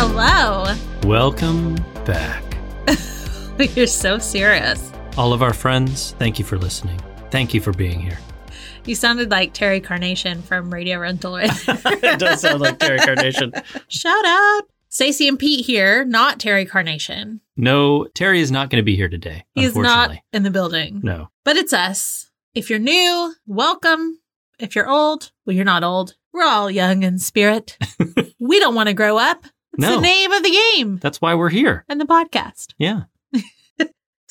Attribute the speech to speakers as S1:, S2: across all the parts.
S1: Hello.
S2: Welcome back.
S1: You're so serious.
S2: All of our friends, thank you for listening. Thank you for being here.
S1: You sounded like Terry Carnation from Radio Rental right there.
S2: it does sound like Terry Carnation.
S1: Shout out. Stacy and Pete here, not Terry Carnation.
S2: No, Terry is not going to be here today.
S1: He's not
S2: unfortunately.
S1: in the building.
S2: No.
S1: But it's us. If you're new, welcome. If you're old, well, you're not old. We're all young in spirit. we don't want to grow up. It's
S2: No.
S1: the name of the game
S2: That's why we're here.
S1: and the podcast.
S2: Yeah.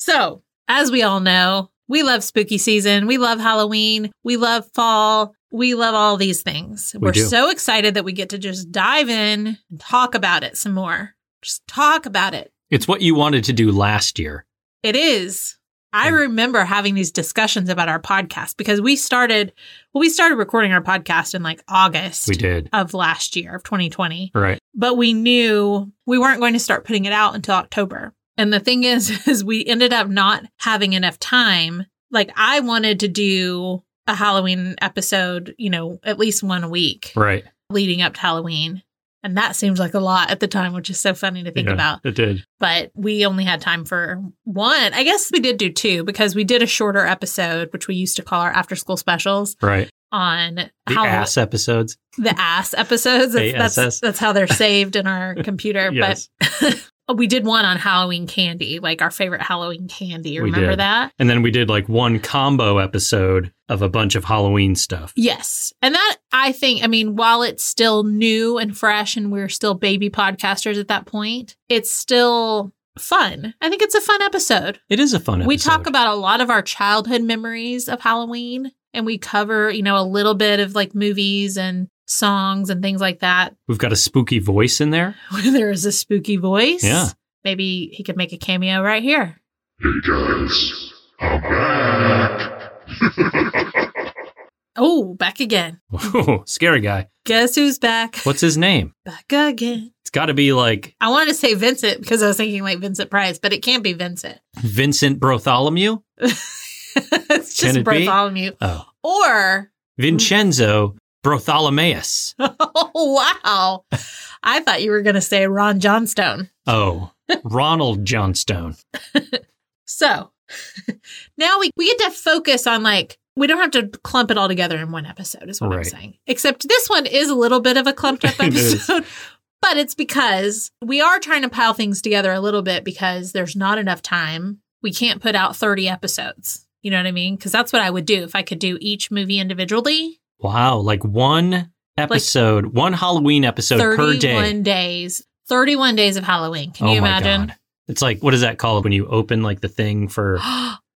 S1: So, as we all know, we love spooky season. We love Halloween. We love fall. We love all these things.
S2: We
S1: We're
S2: do.
S1: so excited that we get to just dive in and talk about it some more. Just talk about it.
S2: It's what you wanted to do last year.
S1: It is. I
S2: Mm.
S1: remember having these discussions about our podcast because we started, well, we started recording our podcast in like August
S2: We did.
S1: of last year of 2020,
S2: Right.
S1: but we knew we weren't going to start putting it out until October. And the thing is, is we ended up not having enough time. Like I wanted to do a Halloween episode, you know, at least one a week
S2: Right.
S1: leading up to Halloween. And that seems like a lot at the time, which is so funny to think
S2: Yeah,
S1: about
S2: It did.
S1: but we only had time for one. I guess we did do two because we did a shorter episode, which we used to call our after school specials
S2: Right.
S1: on
S2: The ass episodes.
S1: the ass episodes. That's, that's
S2: ASS.
S1: that's how they're saved in our computer.
S2: Yes.
S1: But Oh, we did one on Halloween candy, like our favorite Halloween candy.
S2: We
S1: Remember
S2: did.
S1: that?
S2: And then we did like one combo episode of a bunch of Halloween stuff.
S1: Yes. And that I think, I mean, while it's still new and fresh and we're still baby podcasters at that point, it's still fun. I think it's a fun episode.
S2: It is a fun episode.
S1: We talk about a lot of our childhood memories of Halloween and we cover, you know, a little bit of like movies and songs and things like that
S2: We've got a spooky voice in there.
S1: where there is a spooky voice.
S2: Yeah.
S1: Maybe he could make a cameo right here.
S3: Hey guys, I'm back.
S1: Oh, back again.
S2: Whoa, scary guy.
S1: Guess who's back?
S2: What's his name?
S1: Back again.
S2: It's got to be like
S1: I wanted to say Vincent because I was thinking like Vincent Price, but it can't be Vincent.
S2: Vincent Bartholomew.
S1: it's
S2: Can
S1: just
S2: it be?
S1: Bartholomew.
S2: Oh,
S1: Or,
S2: Vincenzo Bartholomeus.
S1: oh, wow. I thought you were going to say Ron Johnstone.
S2: Oh, Ronald Johnstone.
S1: So now we, we get to focus on like, we don't have to clump it all together in one episode, is what I'm
S2: Right.
S1: saying. Except this one is a little bit of a clumped up
S2: It is.
S1: episode, but it's because we are trying to pile things together a little bit because there's not enough time. We can't put out 30 episodes. You know what I mean? Because that's what I would do if I could do each movie individually.
S2: Wow, like one episode, one Halloween episode per
S1: 31
S2: day.
S1: days, 31 days of Halloween. Can
S2: oh
S1: you
S2: my
S1: imagine?
S2: god. It's like what is that called when you open like the thing for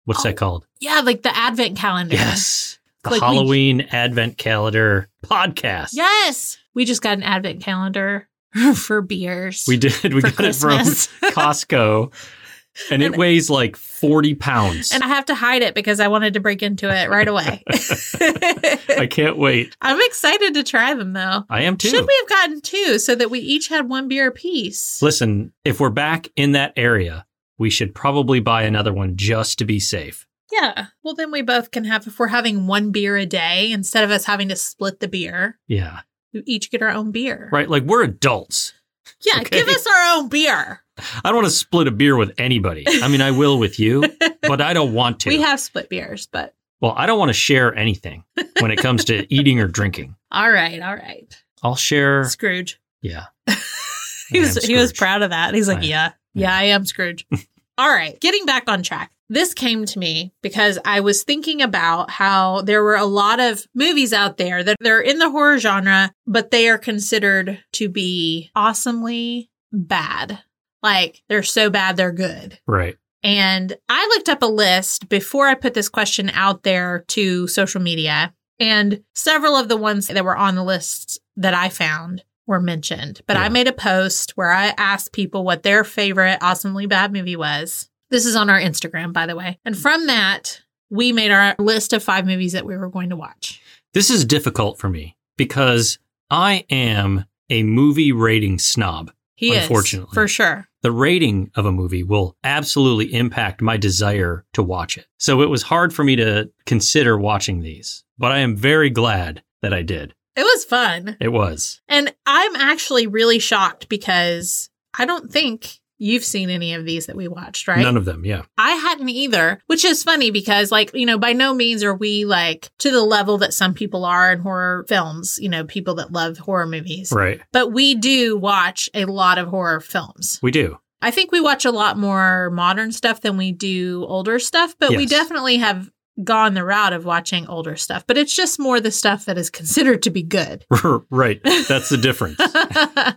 S2: what's that called?
S1: yeah, like the advent calendar.
S2: Yes. The
S1: Oh, Like we-
S2: Halloween Advent Calendar podcast.
S1: Yes. We just got an advent calendar for beers.
S2: We did. We
S1: for
S2: got it from Costco. And it
S1: And-
S2: weighs like 40 pounds.
S1: and I have to hide it because I wanted to break into it right away.
S2: I can't wait.
S1: I'm excited to try them though.
S2: I am too.
S1: Should we have gotten two so that we each had one beer apiece?
S2: Listen, if we're back in that area, we should probably buy another one just to be safe.
S1: Yeah. Well, then we both can have, if we're having one beer a day, instead of us having to split the beer,
S2: Yeah.
S1: we each get our own beer.
S2: Right? Like we're adults.
S1: Yeah.
S2: Okay.
S1: Give us our own beer.
S2: I don't want to split a beer with anybody. I mean, I will with you, but I don't want to.
S1: We have split beers, but
S2: well, I don't want to share anything when it comes to eating or drinking.
S1: all right. All right.
S2: I'll share.
S1: Scrooge.
S2: Yeah.
S1: he
S2: I
S1: was
S2: am
S1: he was
S2: Scrooge.
S1: proud of that. He's like,
S2: I-
S1: yeah, yeah, I am Scrooge. All right, getting back on track. This came to me because I was thinking about how there were a lot of movies out there that they're in the horror genre, but they are considered to be awesomely bad. Like they're so bad they're good.
S2: Right.
S1: And I looked up a list before I put this question out there to social media, and several of the ones that were on the list that I found were mentioned. But I
S2: Yeah.
S1: made a post where I asked people what their favorite awesomely bad movie was. This is on our Instagram, by the way. And from that, we made our list of five movies that we were going to watch.
S2: This is difficult for me because I am a movie rating snob.
S1: He
S2: Unfortunately.
S1: is for sure.
S2: the rating of a movie will absolutely impact my desire to watch it. So it was hard for me to consider watching these, but I am very glad that I did.
S1: It was fun.
S2: It was.
S1: And I'm actually really shocked because I don't think you've seen any of these that we watched, right?
S2: None of them, yeah.
S1: I hadn't either, which is funny because, like, you know, by no means are we like to the level that some people are in horror films, you know, people that love horror movies.
S2: Right.
S1: But we do watch a lot of horror films.
S2: We do.
S1: I think we watch a lot more modern stuff than we do older stuff, but we
S2: Yes.
S1: definitely have gone the route of watching older stuff. But it's just more the stuff that is considered to be good
S2: right. That's the difference.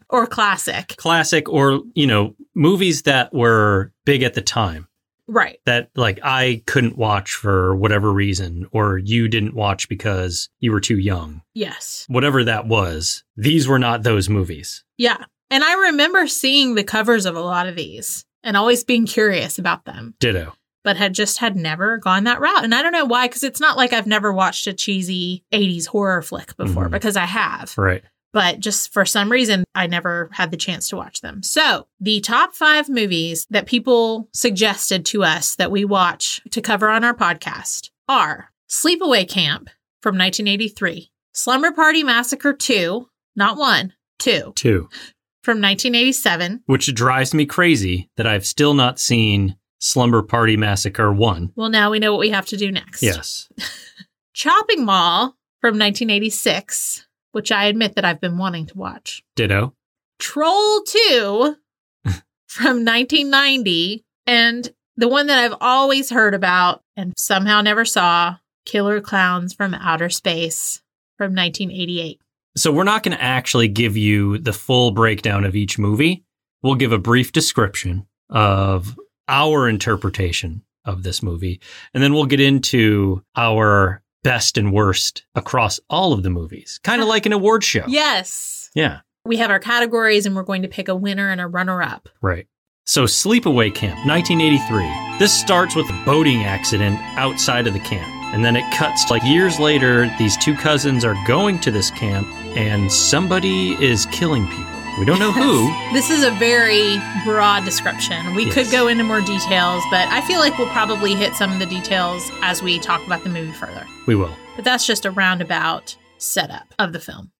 S1: or classic.
S2: Classic or, you know, movies that were big at the time
S1: Right.
S2: that like I couldn't watch for whatever reason or you didn't watch because you were too young.
S1: Yes.
S2: Whatever that was, these were not those movies.
S1: Yeah. And I remember seeing the covers of a lot of these and always being curious about them,
S2: Ditto.
S1: but had just had never gone that route. And I don't know why, because it's not like I've never watched a cheesy 80s horror flick before,
S2: Mhm.
S1: because I have.
S2: Right.
S1: But just for some reason, I never had the chance to watch them. So, the top five movies that people suggested to us that we watch to cover on our podcast are Sleepaway Camp from 1983, Slumber Party Massacre 2, not one, two,
S2: Two.
S1: from 1987.
S2: which drives me crazy that I've still not seen Slumber Party Massacre 1.
S1: Well, now we know what we have to do next.
S2: Yes.
S1: Chopping Mall from 1986, which I admit that I've been wanting to watch.
S2: Ditto.
S1: Troll 2 from 1990. And the one that I've always heard about and somehow never saw Killer Clowns from Outer Space from 1988.
S2: So we're not going to actually give you the full breakdown of each movie. We'll give a brief description of our interpretation of this movie, and then we'll get into our best and worst across all of the movies, kind of like an award show.
S1: Yes.
S2: Yeah.
S1: We have our categories and we're going to pick a winner and a runner up.
S2: Right. So, Sleepaway Camp, 1983. This starts with a boating accident outside of the camp. And then it cuts to, like years later, these two cousins are going to this camp and somebody is killing people. We don't know who.
S1: This is a very broad description. We could
S2: Yes.
S1: go into more details, but I feel like we'll probably hit some of the details as we talk about the movie further.
S2: We will.
S1: But that's just a roundabout setup of the film.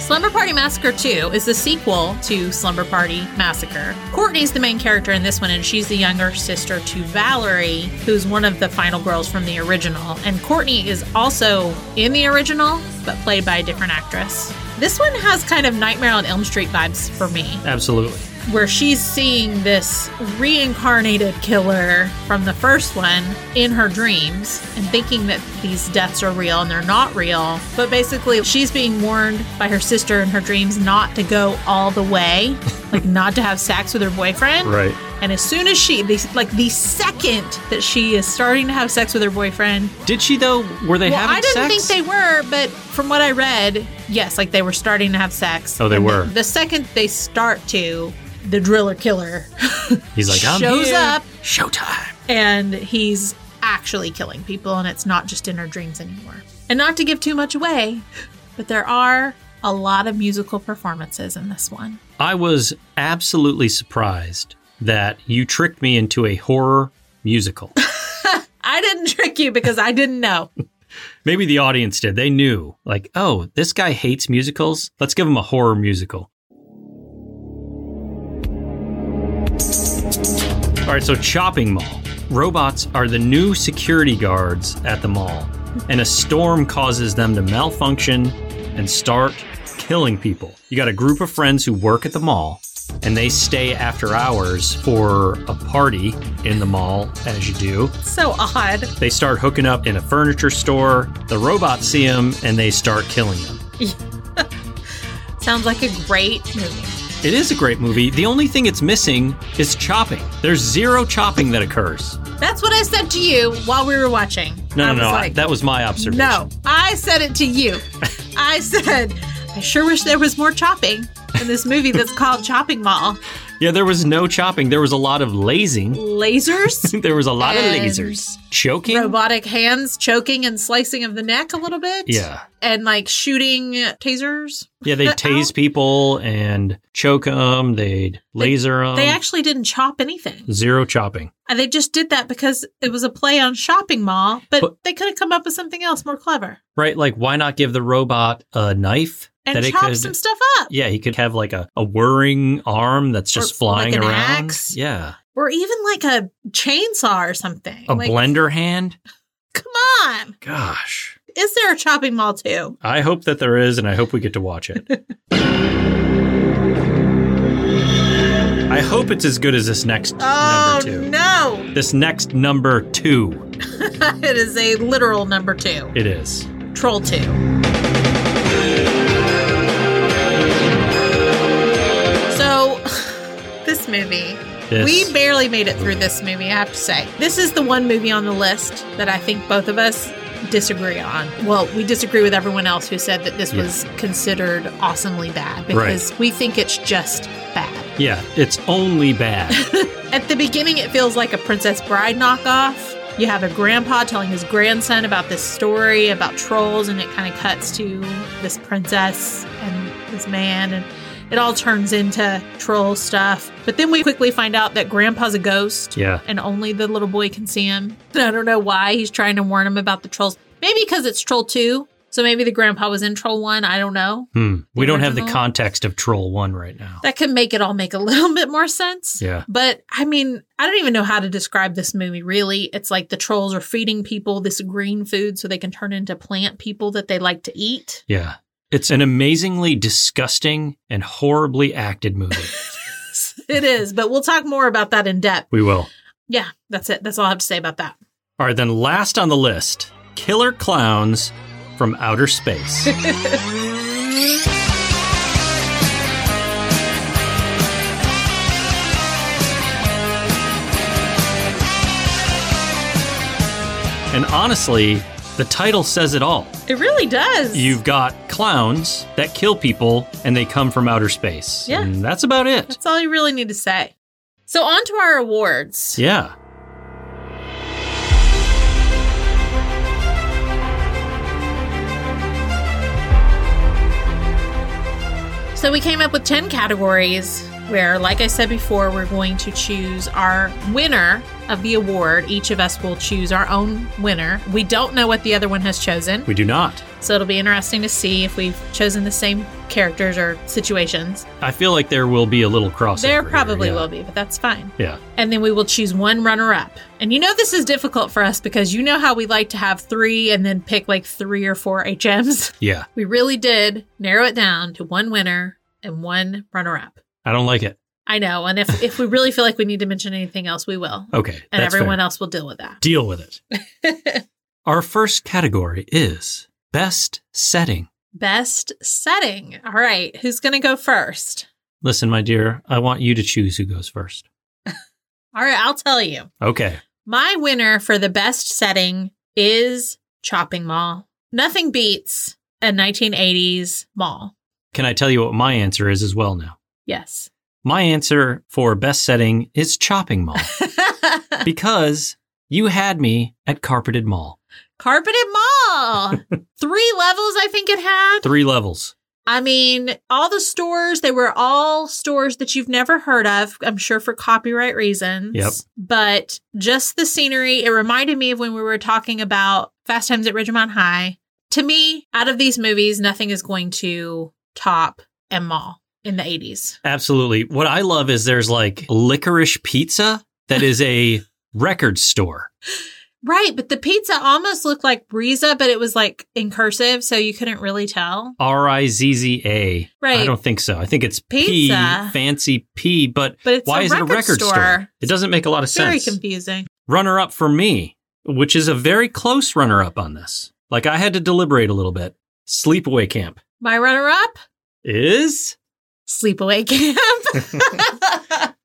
S1: Slumber Party Massacre 2 is the sequel to Slumber Party Massacre. Courtney's the main character in this one, and she's the younger sister to Valerie, who's one of the final girls from the original. And Courtney is also in the original, but played by a different actress. This one has kind of Nightmare on Elm Street vibes for me
S2: Absolutely.
S1: where she's seeing this reincarnated killer from the first one in her dreams and thinking that these deaths are real and they're not real. But basically, she's being warned by her sister in her dreams not to go all the way, like not to have sex with her boyfriend.
S2: Right.
S1: And as soon as she, the, like the second that she is starting to have sex with her boyfriend,
S2: Did she, though? Were they
S1: well,
S2: having
S1: I didn't
S2: sex?
S1: think they were, but from what I read, yes, like they were starting to have sex.
S2: Oh, they
S1: And
S2: were.
S1: The, the second they start to, the driller killer
S2: He's like, I'm
S1: shows
S2: here.
S1: up
S2: Showtime.
S1: and he's actually killing people, and it's not just in her dreams anymore. And not to give too much away, but there are a lot of musical performances in this one.
S2: I was absolutely surprised that you tricked me into a horror musical.
S1: I didn't trick you because I didn't know.
S2: Maybe the audience did. They knew, like, oh, this guy hates musicals. Let's give him a horror musical. All right, so Chopping Mall. Robots are the new security guards at the mall, and a storm causes them to malfunction and start killing people. You got a group of friends who work at the mall, and they stay after hours for a party in the mall, as you do.
S1: So odd.
S2: They start hooking up in a furniture store. The robots see them and they start killing them.
S1: Sounds like a great movie.
S2: It is a great movie. The only thing it's missing is chopping. There's zero chopping that occurs.
S1: That's what I said to you while we were watching.
S2: No,
S1: I
S2: no, no.
S1: was
S2: I-
S1: like,
S2: that was my observation.
S1: No, I said it to you. I said, I sure wish there was more chopping in this movie that's called Chopping Mall.
S2: Yeah, there was no chopping. There was a lot of lasing.
S1: Lasers,
S2: There was a lot of
S1: And-
S2: lasers. Choking?
S1: robotic hands choking and slicing of the neck a little bit.
S2: Yeah.
S1: And like shooting tasers.
S2: Yeah, they'd tase people and choke them. They'd laser them.
S1: they actually didn't chop anything.
S2: Zero chopping.
S1: And they just did that because it was a play on shopping mall, but,
S2: But-
S1: they could have come up with something else more clever
S2: Right? Like, why not give the robot a knife?
S1: and
S2: it
S1: chop
S2: could-
S1: some stuff up.
S2: Yeah, he could have like a, a whirring arm that's just
S1: Or
S2: flying
S1: like an
S2: around.
S1: axe.
S2: Yeah.
S1: Or even like a chainsaw or something.
S2: A
S1: like,
S2: blender hand?
S1: Come on.
S2: Gosh.
S1: Is there a chopping mall too?
S2: I hope that there is, and I hope we get to watch it. I hope it's as good as this next
S1: Oh,
S2: number two.
S1: no.
S2: This next number two,
S1: it is a literal number two.
S2: it is.
S1: Troll two. So, this movie.
S2: This,
S1: We barely made it through this movie, I have to say. This is the one movie on the list that I think both of us disagree on. Well, we disagree with everyone else who said that this
S2: Yeah.
S1: was considered awesomely bad because we think it's just bad.
S2: yeah, it's only bad.
S1: At the beginning, it feels like a Princess Bride knockoff. You have a grandpa telling his grandson about this story about trolls, and it kind of cuts to this princess and this man, and it all turns into troll stuff. But then we quickly find out that grandpa's a ghost
S2: yeah.
S1: and only the little boy can see him. And I don't know why he's trying to warn him about the trolls. Maybe because it's Troll 2. So maybe the grandpa was in Troll 1. I don't know.
S2: Hmm. We don't have the
S1: Original.
S2: context of Troll 1 right now.
S1: That could make it all make a little bit more sense.
S2: Yeah.
S1: But I mean, I don't even know how to describe this movie really. It's like the trolls are feeding people this green food so they can turn into plant people that they like to eat.
S2: Yeah. It's an amazingly disgusting and horribly acted movie.
S1: It is, but we'll talk more about that in depth.
S2: we will.
S1: Yeah, that's it. That's all I have to say about that.
S2: All right, then last on the list Killer Clowns from Outer Space. and honestly, the title says it all.
S1: It really does.
S2: You've got clowns that kill people and they come from outer space.
S1: Yeah.
S2: And that's about it.
S1: That's all you really need to say. So on to our awards.
S2: Yeah.
S1: So we came up with 10 categories where, like I said before, we're going to choose our winner of the award. Each of us will choose our own winner. We don't know what the other one has chosen,
S2: We do not.
S1: so it'll be interesting to see if we've chosen the same characters or situations.
S2: I feel like there will be a little crossover.
S1: there probably
S2: here, yeah.
S1: will be, but that's fine.
S2: Yeah.
S1: And then we will choose one runner up. And you know, this is difficult for us because you know how we like to have three and then pick like three or four HMs.
S2: Yeah.
S1: We really did narrow it down to one winner and one runner up.
S2: I don't like it.
S1: I know. And if, if we really feel like we need to mention anything else, we will.
S2: Okay.
S1: And
S2: that's
S1: everyone
S2: fair.
S1: else will deal with that.
S2: Deal with it. Our first category is best setting.
S1: Best setting. All right. Who's going to go first?
S2: Listen, my dear, I want you to choose who goes first.
S1: All right. I'll tell you.
S2: Okay.
S1: My winner for the best setting is Chopping Mall. Nothing beats a 1980s mall.
S2: Can I tell you what my answer is as well now?
S1: Yes.
S2: My answer for best setting is Chopping Mall because you had me at Carpeted Mall.
S1: Carpeted Mall. Three levels, I think it had.
S2: Three levels.
S1: I mean, all the stores, they were all stores that you've never heard of, I'm sure for copyright reasons.
S2: Yep.
S1: But just the scenery, it reminded me of when we were talking about Fast Times at Ridgemont High. To me, out of these movies, nothing is going to top M Mall in the 80s.
S2: Absolutely. What I love is there's like licorice pizza that is a record store.
S1: Right, but the pizza almost looked like Riza, but it was like in cursive, so you couldn't really tell.
S2: R I Z Z A. I
S1: Right.
S2: don't think so. I think it's
S1: Pizza.
S2: P, fancy P, but
S1: But it's
S2: why is it a record store? It doesn't make a lot of
S1: Very
S2: sense.
S1: confusing.
S2: runner up for me, which is a very close runner up on this. Like I had to deliberate a little bit. Sleepaway Camp
S1: My runner up,
S2: is
S1: Sleepaway Camp.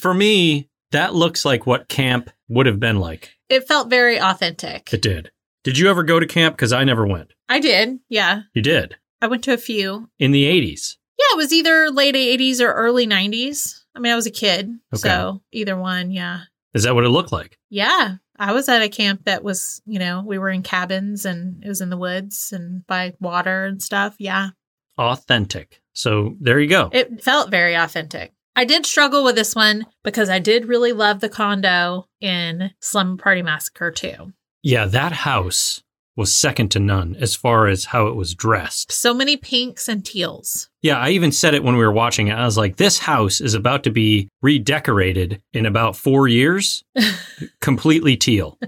S2: for me, that looks like what camp would have been like.
S1: It felt very authentic.
S2: It did. Did you ever go to camp? Because I never went.
S1: I did. Yeah.
S2: You did.
S1: I went to a few.
S2: In the 80s.
S1: Yeah, it was either late 80s or early 90s. I mean, I was a kid, so either one, yeah.
S2: Is that what it looked like?
S1: Yeah. I was at a camp that was, you know, we were in cabins and it was in the woods and by water and stuff. Yeah.
S2: Authentic. So there you go.
S1: It felt very authentic. I did struggle with this one because I did really love the condo in Slum Party Massacre too.
S2: yeah, that house was second to none as far as how it was dressed.
S1: So many pinks and teals.
S2: Yeah, I even said it when we were watching it. I was like, this house is about to be redecorated in about four years, completely teal.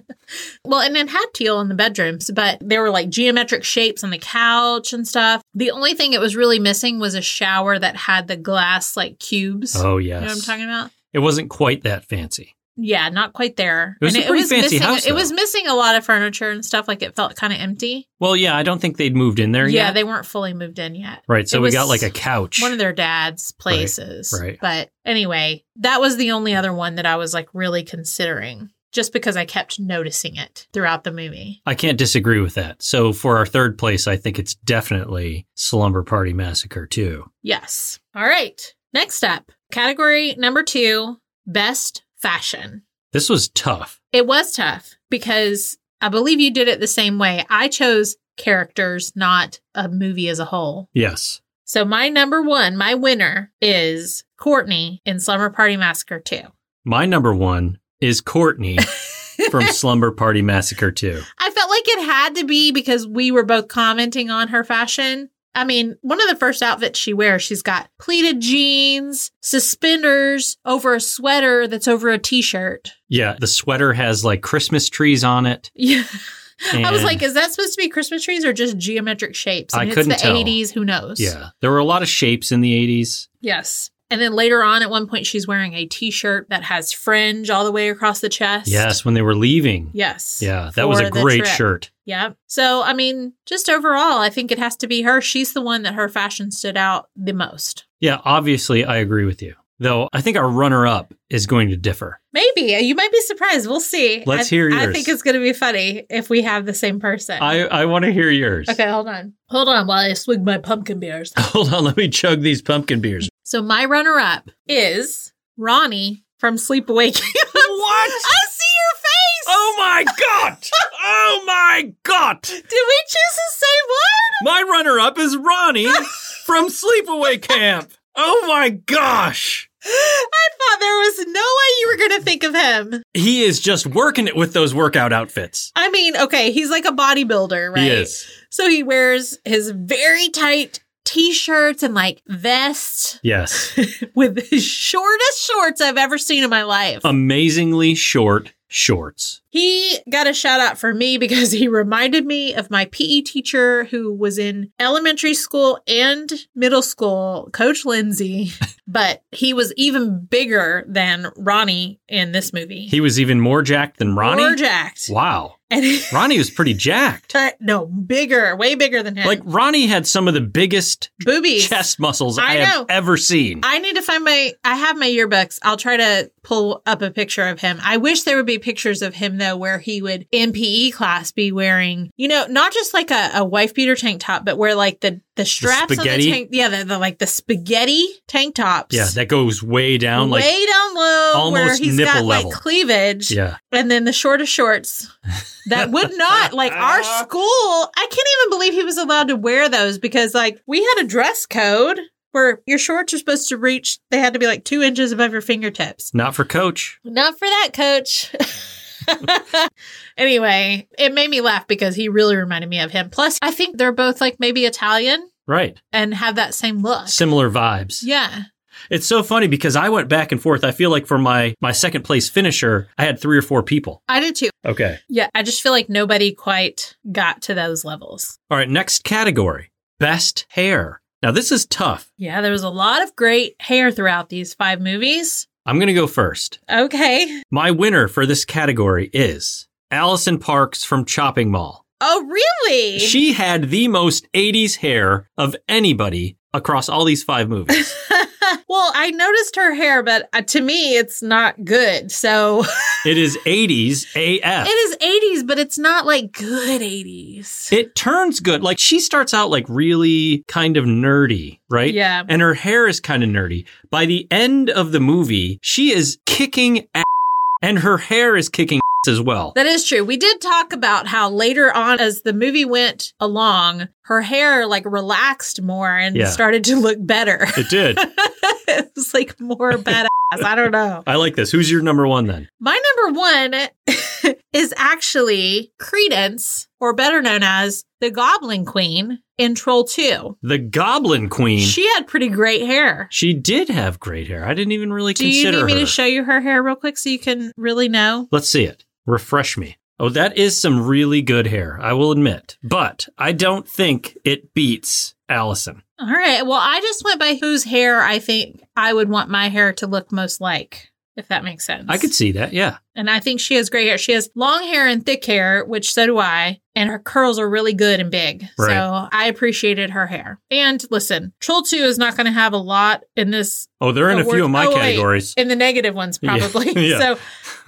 S1: Well, and it had teal in the bedrooms, but there were like geometric shapes on the couch and stuff. The only thing it was really missing was a shower that had the glass like cubes.
S2: Oh,
S1: You know what I'm
S2: yes.
S1: talking about?
S2: It wasn't quite that fancy.
S1: Yeah, not quite there.
S2: It was a pretty fancy
S1: missing,
S2: house,
S1: It was
S2: though.
S1: missing a lot of furniture and stuff. Like it felt kind of empty.
S2: Well, yeah, I don't think they'd moved in there
S1: yeah,
S2: yet.
S1: they weren't fully moved in yet.
S2: right, so
S1: it
S2: we
S1: was
S2: got like a couch.
S1: One of their dad's places.
S2: right.
S1: But anyway, that was the only other one that I was like really considering just because I kept noticing it throughout the movie.
S2: I can't disagree with that. So for our third place, I think it's definitely Slumber Party Massacre 2.
S1: Yes. All right. Next up, category number two best fashion.
S2: This was tough.
S1: It was tough because I believe you did it the same way. I chose characters, not a movie as a whole.
S2: Yes.
S1: So my number one, my winner is Courtney in Slumber Party Massacre 2.
S2: My number one is Courtney from Slumber Party Massacre 2.
S1: I felt like it had to be because we were both commenting on her fashion. I mean, one of the first outfits she wears, she's got pleated jeans, suspenders over a sweater that's over a t-shirt.
S2: Yeah, the sweater has like Christmas trees on it.
S1: Yeah. I was
S2: And-
S1: like, is that supposed to be Christmas trees or just geometric shapes?
S2: I
S1: And
S2: couldn't
S1: it's the
S2: tell.
S1: 80s, who knows?
S2: Yeah, there were a lot of shapes in the 80s.
S1: Yes. And then later on at one point she's wearing a t-shirt that has fringe all the way across the chest.
S2: Yes, when they were leaving.
S1: Yes.
S2: Yeah, that was
S1: for
S2: a
S1: the
S2: great
S1: trip.
S2: shirt.
S1: Yep. So, I mean, just overall, I think it has to be her. She's the one that her fashion stood out the most.
S2: Yeah, obviously, I agree with you. Though I think our runner up is going to differ.
S1: Maybe you might be surprised. We'll see.
S2: Let's
S1: I,
S2: hear
S1: I
S2: yours.
S1: think it's going to be funny if we have the same person.
S2: I, I want to hear yours.
S1: okay, hold on. Hold on while I swig my pumpkin beers.
S2: Hold on, let me chug these pumpkin beers.
S1: So my runner-up is Ronnie from Sleepaway Camp.
S2: What?
S1: I see your face.
S2: Oh my God! Oh my God!
S1: Did we choose the same one?
S2: My runner up is Ronnie from Sleepaway Camp. Oh my gosh!
S1: I thought there was no way you were going to think of him.
S2: He is just working it with those workout outfits.
S1: I mean, okay, he's like a bodybuilder, right?
S2: He is.
S1: So he wears his very tight t-shirts and like vests
S2: Yes.
S1: with the shortest shorts I've ever seen in my life.
S2: Amazingly short shorts.
S1: He got a shout out for me because he reminded me of my PE teacher who was in elementary school and middle school, Coach Lindsay, but he was even bigger than Ronnie in this movie.
S2: He was even more jacked than Ronnie.
S1: More jacked.
S2: Wow.
S1: And he-
S2: Ronnie was pretty jacked.
S1: no, bigger, way bigger than him.
S2: Like Ronnie had some of the biggest
S1: boobies.
S2: chest muscles I,
S1: I
S2: have
S1: know.
S2: ever seen.
S1: I need to find my. I have my yearbooks. I'll try to pull up a picture of him. I wish there would be pictures of him though, where he would in PE class be wearing, you know, not just like a, a wife beater tank top, but where like the the straps on
S2: spaghetti?
S1: the tank, yeah, the, the like the spaghetti tank tops,
S2: yeah, that goes way down.
S1: way
S2: Like
S1: down low, where
S2: almost
S1: he's
S2: nipple
S1: got
S2: level.
S1: like cleavage,
S2: yeah.
S1: and then the shortest shorts that would not like our school. I can't even believe he was allowed to wear those because like we had a dress code where your shorts are supposed to reach. They had to be like two inches above your fingertips.
S2: Not for coach.
S1: Not for that, coach. anyway, it made me laugh because he really reminded me of him. Plus, I think they're both like maybe Italian
S2: Right.
S1: and have that same look.
S2: Similar vibes.
S1: Yeah.
S2: It's so funny because I went back and forth. I feel like for my my second place finisher, I had three or four people.
S1: I did too.
S2: Okay.
S1: Yeah. I just feel like nobody quite got to those levels.
S2: All right, next category. Best hair. Now this is tough.
S1: Yeah, there was a lot of great hair throughout these five movies.
S2: I'm going to go first.
S1: Okay.
S2: My winner for this category is Allison Parks from Chopping Mall.
S1: Oh, really?
S2: She had the most 80s hair of anybody across all these five movies.
S1: well, Well, I noticed her hair, but uh, to me, it's not good. So
S2: It is 80s AF.
S1: it is 80s, but it's not like good 80s.
S2: It turns good. Like she starts out like really kind of nerdy, right?
S1: Yeah.
S2: And her hair is kind of nerdy. By the end of the movie, she is kicking ass and her hair is kicking ass as well.
S1: That is true. We did talk about how later on, as the movie went along, her hair like relaxed more and
S2: Yeah.
S1: started to look better.
S2: it did.
S1: it was like more badass. I don't know.
S2: I like this. Who's your number one then?
S1: My number one is actually Credence, or better known as the Goblin Queen in Troll 2.
S2: The Goblin Queen. She,
S1: She had pretty great hair.
S2: did have great hair. I didn't even really
S1: Do you
S2: consider
S1: need me to
S2: her.
S1: show you her hair real quick so you can really know?
S2: Let's see it. Refresh me. Oh, that is some really good hair, I will admit. But I don't think it beats Allison.
S1: All right. Well, I just went by whose hair I think I would want my hair to look most like, if that makes sense.
S2: I could see that, yeah.
S1: And I think she has great hair. She has long hair and thick hair, which so do I. And her curls are really good and big. So
S2: Right.
S1: I appreciated her hair. And listen, Troll 2 is not going to have a lot in this,
S2: Oh, they're in
S1: The
S2: a few
S1: word-
S2: of my
S1: oh, wait.
S2: categories.
S1: in the negative ones,
S2: Yeah.
S1: probably.
S2: Yeah.
S1: So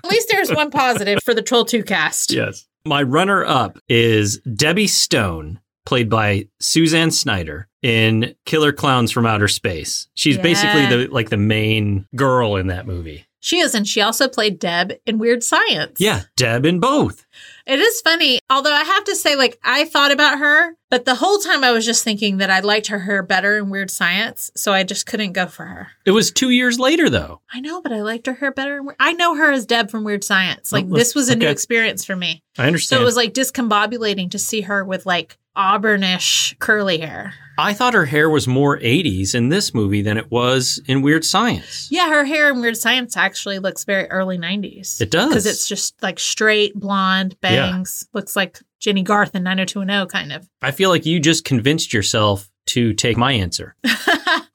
S1: at least there's one positive for the Troll 2 cast.
S2: Yes. My runner up is Debbie Stone, played by Suzanne Snyder in Killer Clowns from Outer Space. She's
S1: Yeah.
S2: basically the like the main girl in that movie.
S1: She is. And she also played Deb in Weird Science.
S2: Yeah, Deb in both.
S1: It is funny, although I have to say, like, I thought about her, but the whole time I was just thinking that I liked her hair better in Weird Science, so I just couldn't go for her.
S2: It was two years later though.
S1: I know, but I liked her hair better. in Weird- I know her as Deb from Weird Science. Like,
S2: Oh,
S1: this was a new
S2: okay.
S1: experience for me.
S2: I
S1: So
S2: understand.
S1: it was like discombobulating to see her with like auburnish curly hair.
S2: I thought her hair was more 80s in this movie than it was in Weird Science.
S1: Yeah, her hair in Weird Science actually looks very early 90s.
S2: It does.
S1: Because it's just like straight blonde bangs. Looks like Jenny Garth in 90210, kind of.
S2: I feel like you just convinced yourself to take my answer.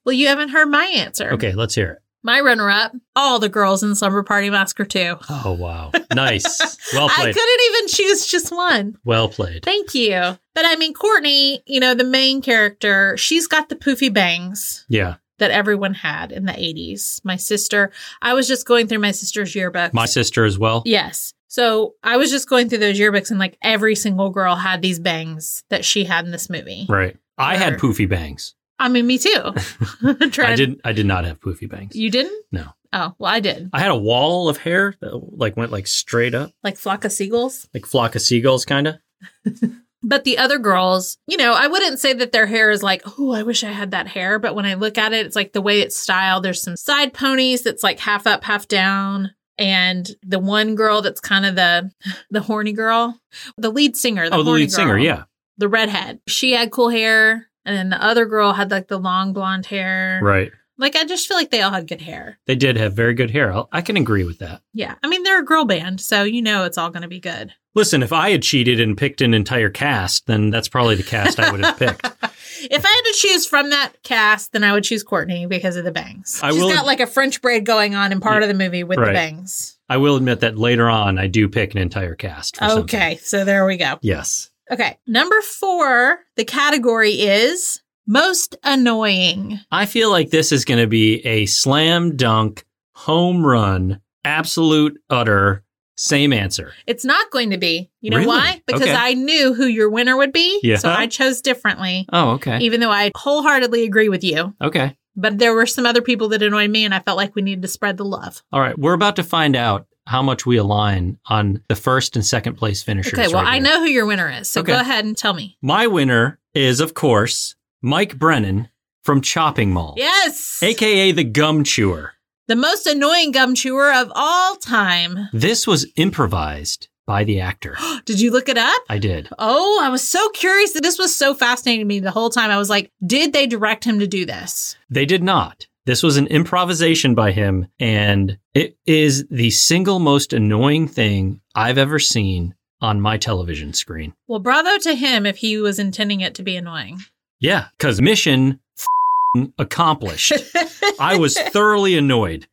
S1: well, you haven't heard my answer.
S2: Okay, let's hear it.
S1: My runner up, all the girls in Slumber Party Massacre 2.
S2: Oh, wow. Nice. Well
S1: I
S2: played.
S1: couldn't even choose just one.
S2: Well played.
S1: Thank you. But I mean, Courtney, you know, the main character, she's got the poofy bangs
S2: Yeah.
S1: that everyone had in the 80s. My sister, I was just going through my sister's yearbook.
S2: My sister as well.
S1: Yes. So I was just going through those yearbooks and like every single girl had these bangs that she had in this movie.
S2: Right. I had
S1: Or-
S2: poofy bangs.
S1: I mean, me too.
S2: I
S1: Trying-
S2: didn't I did not have poofy bangs.
S1: You didn't?
S2: No.
S1: Oh, well, I did.
S2: I had a wall of hair that like went like straight up,
S1: Like flock of seagulls.
S2: like flock of seagulls kind of.
S1: But the other girls, you know, I wouldn't say that their hair is like, oh, I wish I had that hair. But when I look at it, it's like the way it's styled. There's some side ponies that's like half up, half down. And the one girl that's kind of the the horny girl, the lead singer. The
S2: Oh, the
S1: horny
S2: lead singer,
S1: girl,
S2: yeah.
S1: The redhead. She had cool hair. And then the other girl had like the long blonde hair.
S2: Right.
S1: Like I just feel like they all had good hair.
S2: They did have very good hair. I'll- I can agree with that.
S1: Yeah. I mean, they're a girl band, so you know it's all going to be good.
S2: Listen, if I had cheated and picked an entire cast, then that's probably the cast I would have picked.
S1: If I had to choose from that cast, then I would choose Courtney because of the bangs.
S2: I
S1: She's
S2: will-
S1: got like a French braid going on in part of the movie with the
S2: Right.
S1: bangs.
S2: I will admit that later on, I do pick an entire cast. For something.
S1: Okay, so there we go.
S2: Yes.
S1: Okay, number four, the category is most annoying.
S2: I feel like this is going to be a slam dunk, home run, absolute utter same answer.
S1: It's not going to be. You know
S2: Really?
S1: why? Because
S2: Okay.
S1: I knew who your winner would be.
S2: Yeah.
S1: So I chose differently,
S2: Oh, okay.
S1: even though I wholeheartedly agree with you.
S2: Okay.
S1: But there were some other people that annoyed me, and I felt like we needed to spread the love.
S2: All right. We're about to find out how much we align on the first and second place finishers.
S1: Okay, well,
S2: right
S1: I
S2: here.
S1: know who your winner is. So
S2: Okay.
S1: go ahead and tell me.
S2: My winner is, of course, Mike Brennan from Chopping Mall,
S1: Yes.
S2: AKA the Gum Chewer.
S1: the most annoying gum chewer of all time.
S2: This was improvised by the actor.
S1: Did you look it up?
S2: I did.
S1: Oh, I was so curious. This was so fascinating to me the whole time. I was like, did they direct him to do this?
S2: They did not. This was an improvisation by him, and it is the single most annoying thing I've ever seen on my television screen.
S1: Well, bravo to him if he was intending it to be annoying.
S2: Yeah, because mission f***ing accomplished. I was thoroughly annoyed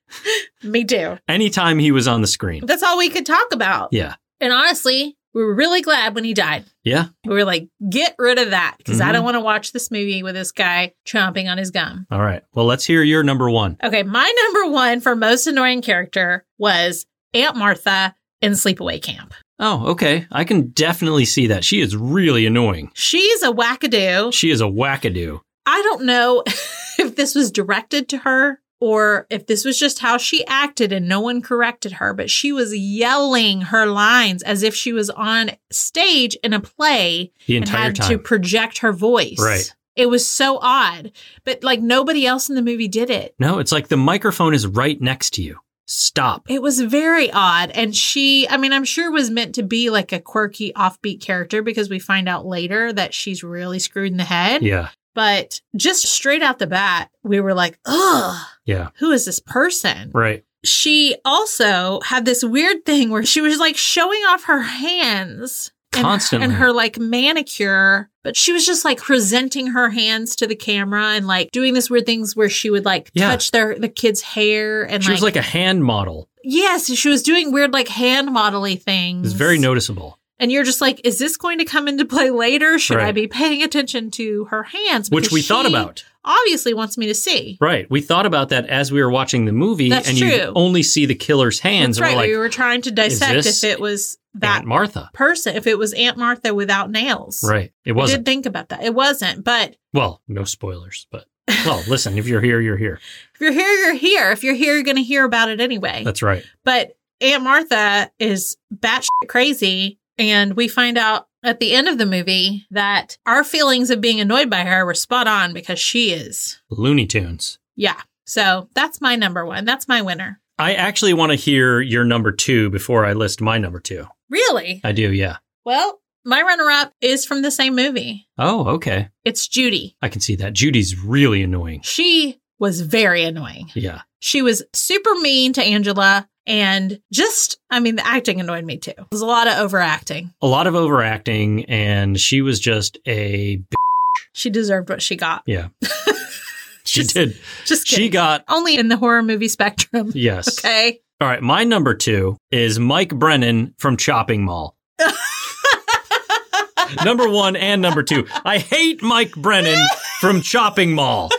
S1: me too.
S2: anytime he was on the screen.
S1: That's all we could talk about.
S2: Yeah,
S1: And honestly, We were really glad when he died.
S2: Yeah.
S1: We were like, get rid of that because I
S2: Mhm.
S1: don't want to watch this movie with this guy chomping on his gum.
S2: All right. Well, let's hear your number one.
S1: Okay, my number one for most annoying character was Aunt Martha in Sleepaway Camp.
S2: Oh, okay. I can definitely see that. She is really annoying.
S1: She's a wackadoo.
S2: She is a wackadoo.
S1: I don't know if this was directed to her or if this was just how she acted and no one corrected her, but she was yelling her lines as if she was on stage in a play
S2: The
S1: and
S2: entire
S1: had to
S2: time.
S1: project her voice.
S2: Right.
S1: It was so odd, but like nobody else in the movie did it.
S2: No, it's like the microphone is right next to you. Stop.
S1: It was very odd. And she, I mean, I'm sure was meant to be like a quirky, offbeat character because we find out later that she's really screwed in the head.
S2: Yeah.
S1: But just straight out the bat, we were like, ugh,
S2: Yeah.
S1: who is this person?
S2: Right.
S1: She also had this weird thing where she was like showing off her hands. and-
S2: Constantly.
S1: And her like manicure, but she was just like presenting her hands to the camera and like doing this weird things where she would like
S2: Yeah.
S1: touch their the kid's hair and
S2: She was like a hand model.
S1: Yes, she was doing weird like hand modely
S2: It
S1: things.
S2: was very noticeable,
S1: And you're just like, is this going to come into play later? Should I
S2: Right.
S1: be paying attention to her hands?
S2: which
S1: Because
S2: we thought
S1: she
S2: about.
S1: Obviously, wants me to see.
S2: Right. We thought about that as we were watching the movie,
S1: That's
S2: and
S1: true.
S2: you only see the killer's hands.
S1: That's right.
S2: and we're like,
S1: we were trying to dissect
S2: this
S1: if it was that
S2: Aunt Martha.
S1: person, if it was Aunt Martha without nails.
S2: Right.
S1: We
S2: It
S1: did
S2: wasn't.
S1: think about that. It wasn't, but
S2: Well, no spoilers, but. Well, listen, if you're here, you're here.
S1: if you're here, you're here. If you're here, you're going to hear about it anyway.
S2: That's right.
S1: But Aunt Martha is batshit crazy. And we find out at the end of the movie that our feelings of being annoyed by her were spot on because she is.
S2: Looney Tunes.
S1: Yeah. So that's my number one. That's my winner.
S2: I actually want to hear your number two before I list my number two.
S1: Really?
S2: I do, yeah.
S1: Well, my runner up is from the same movie.
S2: Oh, okay.
S1: It's Judy.
S2: I can see that. Judy's really annoying.
S1: She was very annoying.
S2: Yeah.
S1: She was super mean to Angela. And just, I mean, the acting annoyed me too. There's a lot of overacting.
S2: A lot of overacting, and she was just a. B-
S1: She deserved what she got.
S2: yeah. she
S1: Just-
S2: did.
S1: Just kidding.
S2: She got.
S1: only in the horror movie spectrum.
S2: Yes.
S1: Okay.
S2: All right. My number two is Mike Brennan from Chopping Mall. number one and number two. I hate Mike Brennan from Chopping Mall.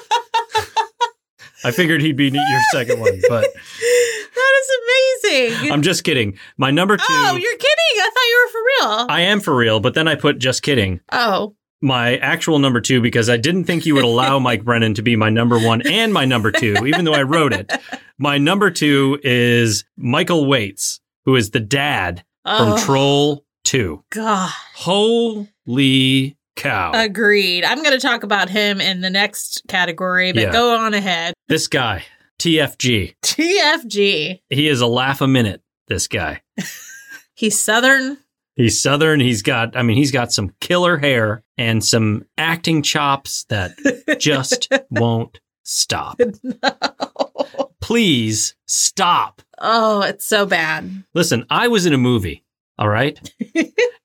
S2: I figured he'd be your second one, but.
S1: that is amazing.
S2: I'm just kidding. My number two.
S1: oh, you're kidding. I thought you were for real.
S2: I am for real, but then I put just kidding.
S1: oh,
S2: My actual number two because I didn't think you would allow Mike Brennan to be my number one and my number two, even though I wrote it. My number two is Michael Waits, who is the dad from
S1: oh,
S2: Troll Two.
S1: God.
S2: Holy cow!
S1: Agreed. I'm going to talk about him in the next category, but
S2: Yeah.
S1: go on ahead.
S2: this guy, TFG,
S1: TFG.
S2: he is a laugh a minute. This guy.
S1: He's Southern.
S2: He's southern. He's got, I mean, he's got some killer hair and some acting chops that just won't stop.
S1: No.
S2: Please stop.
S1: Oh, it's so bad.
S2: Listen, I was in a movie, all right?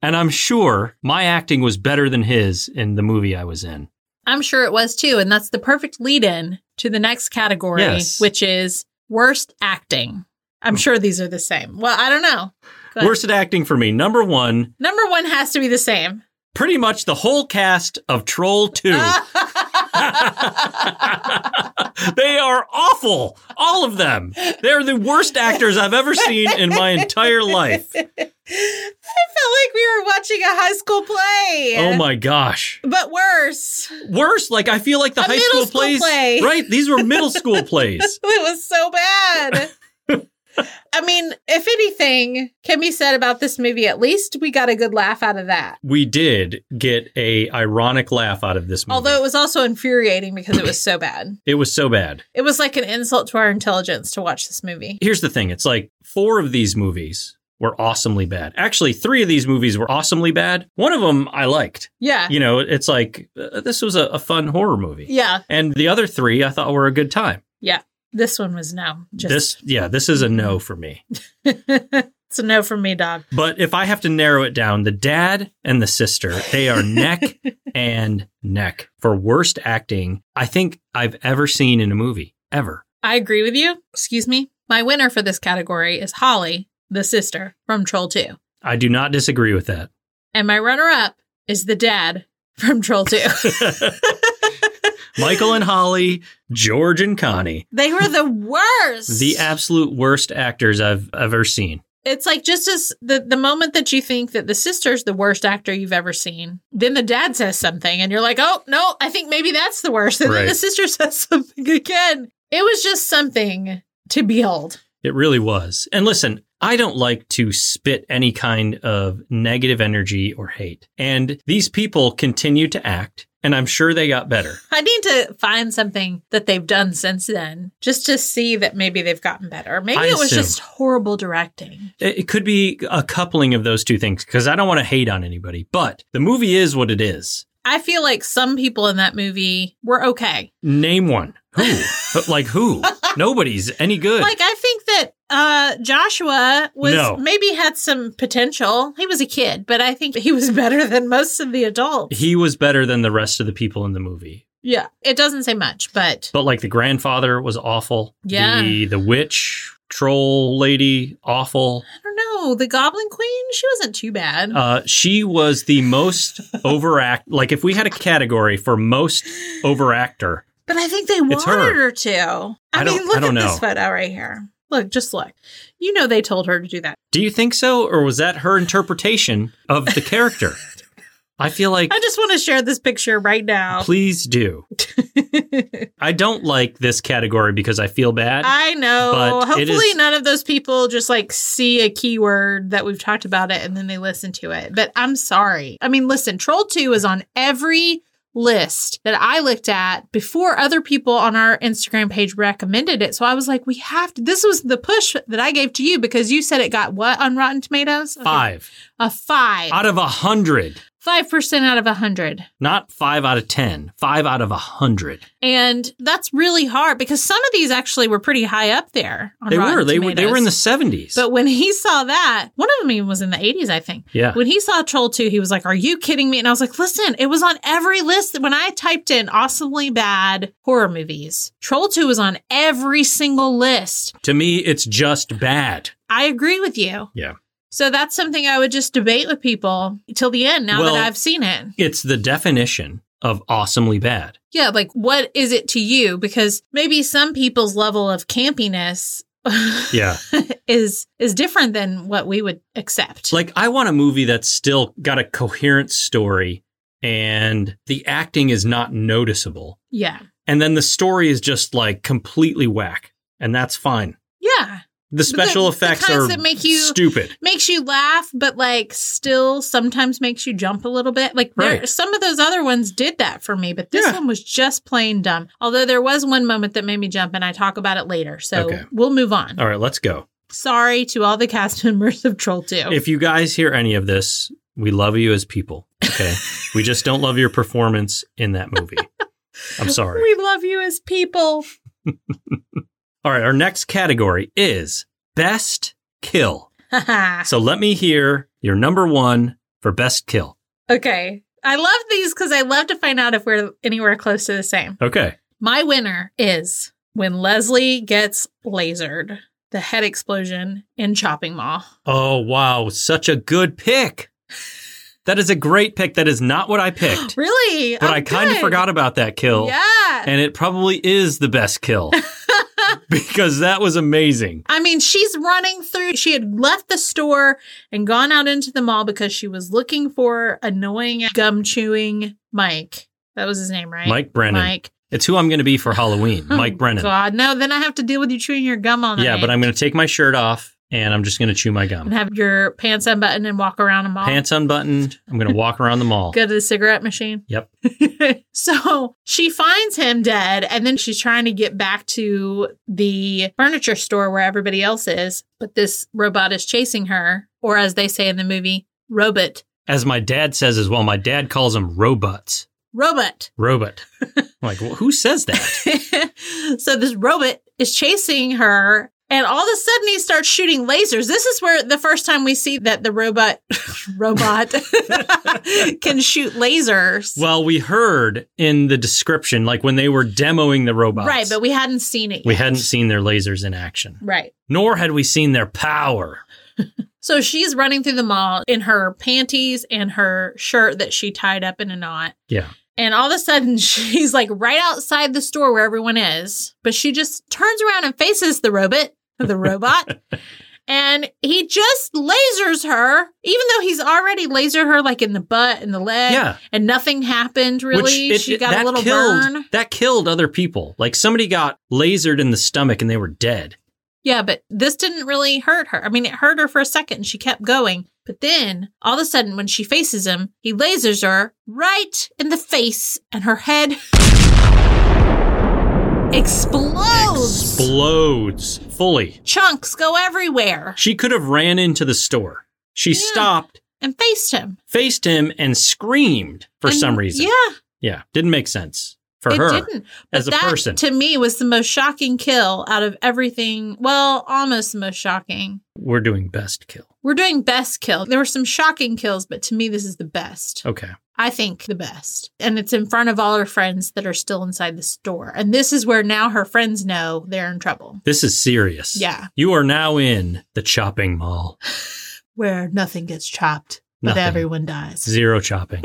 S2: and I'm sure my acting was better than his in the movie I was in.
S1: I'm sure it was too. And that's the perfect lead in to the next category,
S2: Yes.
S1: which is worst acting. I'm sure these are the same. Well, I don't know. Go ahead.
S2: Worst at acting for me. Number one,
S1: Number one has to be the same.
S2: pretty much the whole cast of Troll 2. they are awful, all of them. They're the worst actors I've ever seen in my entire life.
S1: I felt like we were watching a high school play.
S2: Oh my gosh.
S1: But worse. It
S2: Worse, like I feel like the
S1: A
S2: high
S1: middle
S2: school,
S1: school
S2: plays.
S1: play.
S2: Right, these were middle school plays.
S1: was so bad. I mean, if anything can be said about this movie, at least we got a good laugh out of that.
S2: We did get a ironic laugh out of this movie.
S1: Although it was also infuriating because it was so bad.
S2: it was so bad.
S1: It was like an insult to our intelligence to watch this movie.
S2: Here's the thing, it's like four of these movies were awesomely bad. Actually, three of these movies were awesomely bad. One of them I liked.
S1: Yeah.
S2: You know, it's like uh, this was a, a fun horror movie.
S1: Yeah.
S2: And the other three I thought were a good time.
S1: This one was no. Just Mm-hmm.
S2: This yeah, this is a no for me.
S1: it's a no from me, dog.
S2: But if I have to narrow it down, the dad and the sister, they are neck and neck for worst acting I think I've ever seen in a movie. Ever.
S1: I agree with you. Excuse me. My winner for this category is Holly, the sister from Troll 2.
S2: I do not disagree with that.
S1: And my runner up is the dad from Troll 2.
S2: Michael and Holly, George and Connie,
S1: they were the worst.
S2: the absolute worst actors I've ever seen.
S1: It's like just as the, the moment that you think that the sister's the worst actor you've ever seen, then the dad says something and you're like, oh, no, I think maybe that's the worst. And then
S2: Right.
S1: the sister says something again. It was just something to behold.
S2: It really was. And listen, I don't like to spit any kind of negative energy or hate. And these people continue to act, and I'm sure they got better.
S1: I need to find something that they've done since then just to see that maybe they've gotten better. Maybe
S2: I
S1: it was
S2: assume.
S1: just horrible directing.
S2: It, it could be a coupling of those two things because I don't want to hate on anybody, but the movie is what it is.
S1: I feel like some people in that movie were okay.
S2: Name one. Who? like who? Nobody's any good.
S1: Like I think that uh Joshua was
S2: No.
S1: maybe had some potential. He was a kid, but I think he was better than most of the adults.
S2: he was better than the rest of the people in the movie.
S1: Yeah. It doesn't say much, but
S2: But like the grandfather was awful.
S1: Yeah.
S2: The, the witch troll lady, awful.
S1: I don't know. The Goblin Queen, she wasn't too bad.
S2: Uh, she was the most overact. Like if we had a category for most overactor,
S1: but I think they wanted her.
S2: her.
S1: to. I,
S2: I don't-
S1: mean, look
S2: I don't
S1: at
S2: know.
S1: this photo right here. Look, just look. You know they told her to do that.
S2: do you think so, or was that her interpretation of the character? I feel like
S1: I just want to share this picture right now.
S2: please do. I don't like this category because I feel bad.
S1: I know.
S2: But it
S1: Hopefully,
S2: is-
S1: none of those people just like see a keyword that we've talked about it and then they listen to it. But I'm sorry. I mean, listen, Troll 2 is on every list that I looked at before other people on our Instagram page recommended it. So I was like, we have to. This was the push that I gave to you because you said it got what on Rotten Tomatoes? Okay.
S2: five
S1: A five.
S2: out of a hundred,
S1: 5% out of a 100.
S2: not five out of ten. Five out of a hundred.
S1: And that's really hard because some of these actually were pretty high up there. On
S2: They
S1: Rotten
S2: were. They were. They were
S1: Tomatoes.
S2: in the seventies.
S1: But when he saw that, one of them even was in the 80s, I think.
S2: Yeah.
S1: When he saw Troll 2, he was like, Are you kidding me? And I was like, Listen, it was on every list. When I typed in awesomely bad horror movies, Troll 2 was on every single list.
S2: to me, it's just bad.
S1: I agree with you.
S2: Yeah.
S1: So that's something I would just debate with people till the end now
S2: Well-
S1: that I've seen it.
S2: It's the definition of awesomely bad.
S1: Yeah. Like, what is it to you? Because maybe some people's level of campiness.
S2: Yeah.
S1: is is different than what we would accept.
S2: Like I want a movie that's still got a coherent story and the acting is not noticeable.
S1: yeah.
S2: And then the story is just like completely whack. And that's fine.
S1: Yeah.
S2: The
S1: the
S2: special effects
S1: kinds
S2: are
S1: that make you-
S2: stupid.
S1: makes you laugh, but like still sometimes makes you jump a little bit. Like there,
S2: Right.
S1: some of those other ones did that for me, but this
S2: Yeah.
S1: one was just plain dumb. Although there was one moment that made me jump, and I talk about it later. So
S2: Okay.
S1: we'll move on.
S2: All right, let's go.
S1: Sorry to all the cast members of Troll 2.
S2: If you guys hear any of this, we love you as people. Okay. we just don't love your performance in that movie. I'm sorry.
S1: we love you as people.
S2: All right, our next category is best kill. So let me hear your number one for best kill.
S1: okay. I love these because I love to find out if we're anywhere close to the same.
S2: Okay.
S1: My winner is when Leslie gets lasered, the head explosion in Chopping Mall.
S2: Oh, wow. Such a good pick. That is a great pick. That is not what I picked,
S1: Really?
S2: but
S1: I'm
S2: I kind of
S1: Oh, good.
S2: forgot about that kill.
S1: Yeah.
S2: And it probably is the best kill because that was amazing.
S1: I mean, she's running through. She had left the store and gone out into the mall because she was looking for annoying gum chewing Mike. That was his name, right?
S2: Mike Brennan.
S1: Mike.
S2: It's who I'm going to be for Halloween,
S1: Oh,
S2: Mike Brennan.
S1: God, no. Then I have to deal with you chewing your gum all night.
S2: Yeah, but I'm going to take my shirt off and I'm just going to chew my
S1: and
S2: gum.
S1: have your pants unbuttoned and walk around a mall.
S2: Pants unbuttoned. I'm going to walk around the mall.
S1: Go to the cigarette machine.
S2: Yep.
S1: so she finds him dead, and then she's trying to get back to the furniture store where everybody else is. But this robot is chasing her, or as they say in the movie, robot.
S2: As my dad says as well, my dad calls them robots.
S1: Robot.
S2: Robot. I'm like, well, who says that?
S1: so this robot is chasing her. And all of a sudden, he starts shooting lasers. This is where the first time we see that the robot robot can shoot lasers.
S2: Well, we heard in the description, like when they were demoing the robots,
S1: right, but we hadn't seen it.
S2: we
S1: yet.
S2: hadn't seen their lasers in action,
S1: Right.
S2: nor had we seen their power.
S1: So she's running through the mall in her panties and her shirt that she tied up in a knot.
S2: Yeah.
S1: And all of a sudden, she's like right outside the store where everyone is, but she just turns around and faces the robot, the robot, and he just lasers her, even though he's already lasered her like in the butt and the leg,
S2: Yeah.
S1: and nothing happened really.
S2: it-
S1: she
S2: it-
S1: got a
S2: that
S1: little
S2: killed,
S1: burn.
S2: That killed other people. Like somebody got lasered in the stomach and they were dead.
S1: Yeah, but this didn't really hurt her. I mean, it hurt her for a second and she kept going. But then all of a sudden, when she faces him, he lasers her right in the face and her head explodes.
S2: Explodes fully.
S1: Chunks go everywhere
S2: She could have ran into the store. She
S1: Yeah.
S2: stopped,
S1: and faced him.
S2: faced him, and screamed for
S1: And
S2: some reason.
S1: Yeah,
S2: Yeah, Didn't make sense for
S1: it
S2: her
S1: didn't.
S2: as a
S1: that,
S2: person.
S1: To me, was the most shocking kill out of everything. Well, almost the most shocking.
S2: we're doing best kill.
S1: We're doing best kill. There were some shocking kills, but to me, this is the best.
S2: Okay.
S1: I think the best. And it's in front of all her friends that are still inside the store. And this is where now her friends know they're in trouble.
S2: This is serious.
S1: Yeah.
S2: You are now in the chopping mall.
S1: Where nothing gets chopped, but
S2: Nothing.
S1: everyone dies.
S2: Zero chopping.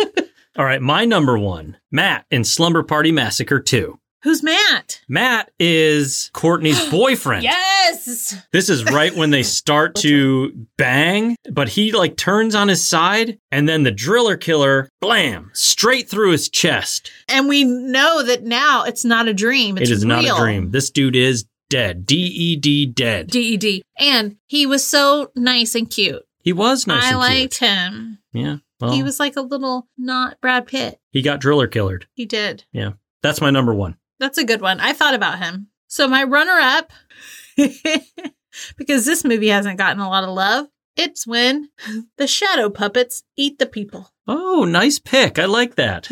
S2: All right. My number one, Matt in Slumber Party Massacre 2.
S1: Who's Matt?
S2: Matt is Courtney's boyfriend.
S1: Yes.
S2: This is right when they start to bang, but he like turns on his side and then the driller killer, blam, straight through his chest.
S1: And we know that now it's not a dream. It's
S2: it is not
S1: real.
S2: a dream. This dude is dead. D E D dead.
S1: DED. And he was so nice and cute.
S2: he was nice
S1: I
S2: and Oh.
S1: liked him.
S2: cute. Yeah. Well,
S1: He was like a little not Brad Pitt.
S2: he got driller killered.
S1: He did.
S2: That's my number one.
S1: That's a good one. I thought about him. So my runner up, because this movie hasn't gotten a lot of love, it's when the shadow puppets eat the people.
S2: Oh, nice pick. I like that.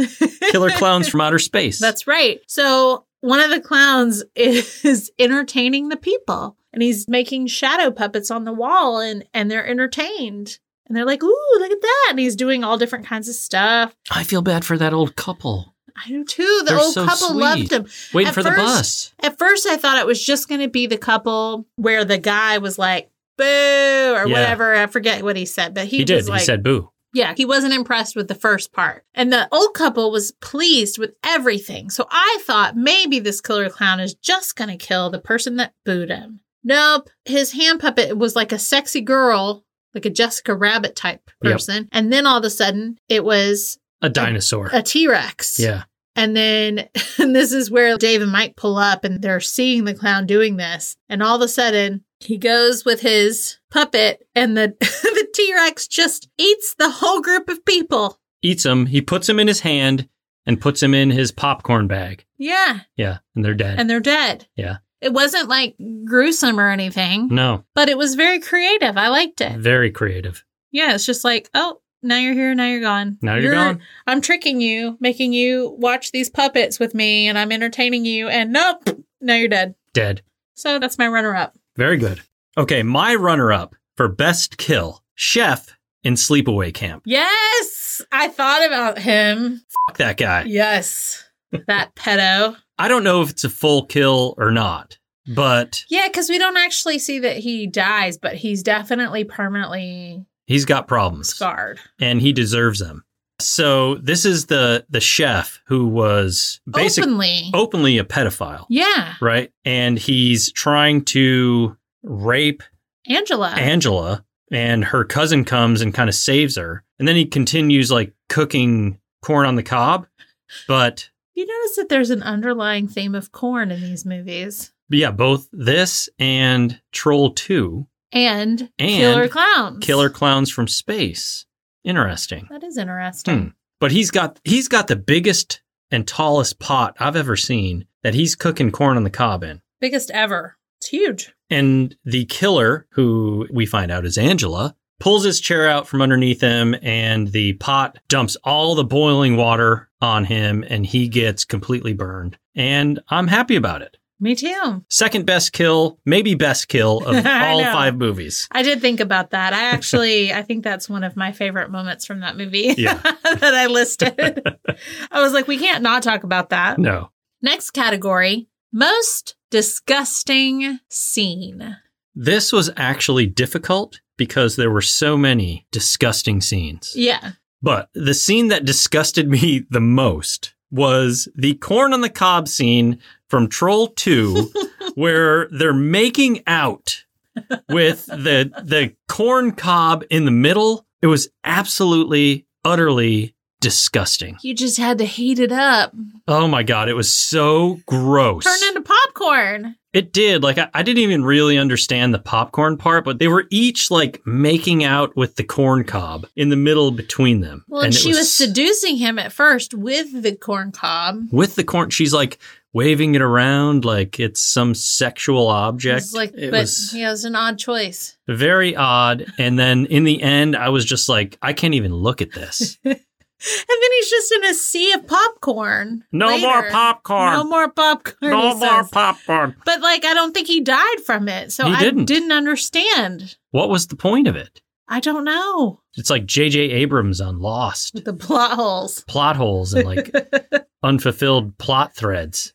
S2: Killer clowns from outer space.
S1: That's right. So one of the clowns is entertaining the people and he's making shadow puppets on the wall and, and they're entertained. And they're like, ooh, look at that. And he's doing all different kinds of stuff.
S2: I feel bad for that old couple
S1: I do too. The
S2: They're
S1: old
S2: so
S1: couple
S2: sweet.
S1: loved him.
S2: waiting
S1: At
S2: for the
S1: first-
S2: bus.
S1: At first, I thought it was just going to be the couple where the guy was like, boo, or
S2: Yeah.
S1: whatever. I forget what he said, but he,
S2: He, did.
S1: was like,
S2: he said boo.
S1: yeah, he wasn't impressed with the first part. And the old couple was pleased with everything. So I thought maybe this killer clown is just going to kill the person that booed him. Nope. His hand puppet was like a sexy girl, like a Jessica Rabbit type
S2: Yep.
S1: person. And then all of a sudden, it was
S2: A dinosaur.
S1: a T Rex.
S2: yeah.
S1: And then and this is where Dave and Mike pull up and they're seeing the clown doing this. And all of a sudden, he goes with his puppet and the the T-Rex just eats the whole group of people.
S2: Eats him. He puts him in his hand and puts him in his popcorn bag.
S1: Yeah,
S2: Yeah. And they're dead.
S1: and they're dead.
S2: Yeah. Mm.
S1: It wasn't like gruesome or anything,
S2: no.
S1: but it was very creative. I liked it.
S2: Very creative.
S1: Yeah, it's just like, "Oh, now you're here, now you're gone.
S2: Now you're, gone.
S1: I'm tricking you, making you watch these puppets with me and I'm entertaining you and nope, now you're dead."
S2: Dead.
S1: So that's my runner up.
S2: Very good. Okay. My runner up for best kill, Chef in Sleepaway Camp.
S1: Yes, I thought about him.
S2: Fuck that guy.
S1: Yes, that pedo.
S2: I don't know if it's a full kill or not, but
S1: Yeah, because we don't actually see that he dies, but he's definitely permanently
S2: he's got problems.
S1: scarred.
S2: and he deserves them. So this is the the chef who was basically
S1: Openly.
S2: openly a pedophile,
S1: Yeah,
S2: right? And he's trying to rape
S1: Angela.
S2: Angela and her cousin comes and kind of saves her. And then he continues like cooking corn on the cob. But
S1: you notice that there's an underlying theme of corn in these movies
S2: yeah, both this and Troll 2,
S1: and,
S2: And
S1: killer clowns.
S2: Killer Clowns from Space. Interesting.
S1: That is interesting.
S2: Hmm. But he's got he's got the biggest and tallest pot I've ever seen that he's cooking corn on the cob in.
S1: Biggest ever. It's huge.
S2: And the killer, who we find out is Angela, pulls his chair out from underneath him and the pot dumps all the boiling water on him and he gets completely burned. And I'm happy about it.
S1: Me too.
S2: Second best kill, maybe best kill of
S1: I
S2: all
S1: know.
S2: five movies.
S1: I did think about that. I actually, I think that's one of my favorite moments from that movie
S2: Yeah.
S1: that I listed. I was like, we can't not talk about that.
S2: No.
S1: Next category most disgusting scene.
S2: This was actually difficult because there were so many disgusting scenes.
S1: Yeah.
S2: But the scene that disgusted me the most was the corn on the cob scene from Troll 2 where they're making out with the the corn cob in the middle. It was absolutely utterly disgusting.
S4: You just had to heat it up.
S2: Oh my god, it was so gross.
S4: Turn into popcorn.
S2: It did. Like I, I didn't even really understand the popcorn part, but they were each like making out with the corn cob in the middle between them.
S4: Well, and
S2: it
S4: she was, seducing him at first with the corn cob.
S2: with the corn. She's like waving it around like it's some sexual object.
S4: It's like,
S2: it
S4: but
S2: was
S4: yeah, it was an odd choice.
S2: very odd. And then in the end, I was just like, I can't even look at this.
S4: And then he's just in a sea of popcorn.
S2: No
S4: later.
S2: more popcorn.
S4: No more popcorn.
S2: No
S4: he
S2: more
S4: says.
S2: popcorn.
S4: But like, I don't think he died from it, so
S2: He
S4: I
S2: didn't.
S4: didn't understand.
S2: What was the point of it?
S4: I don't know
S2: It's like J.J. Abrams on Lost.
S4: with the plot holes.
S2: Plot holes and like unfulfilled plot threads.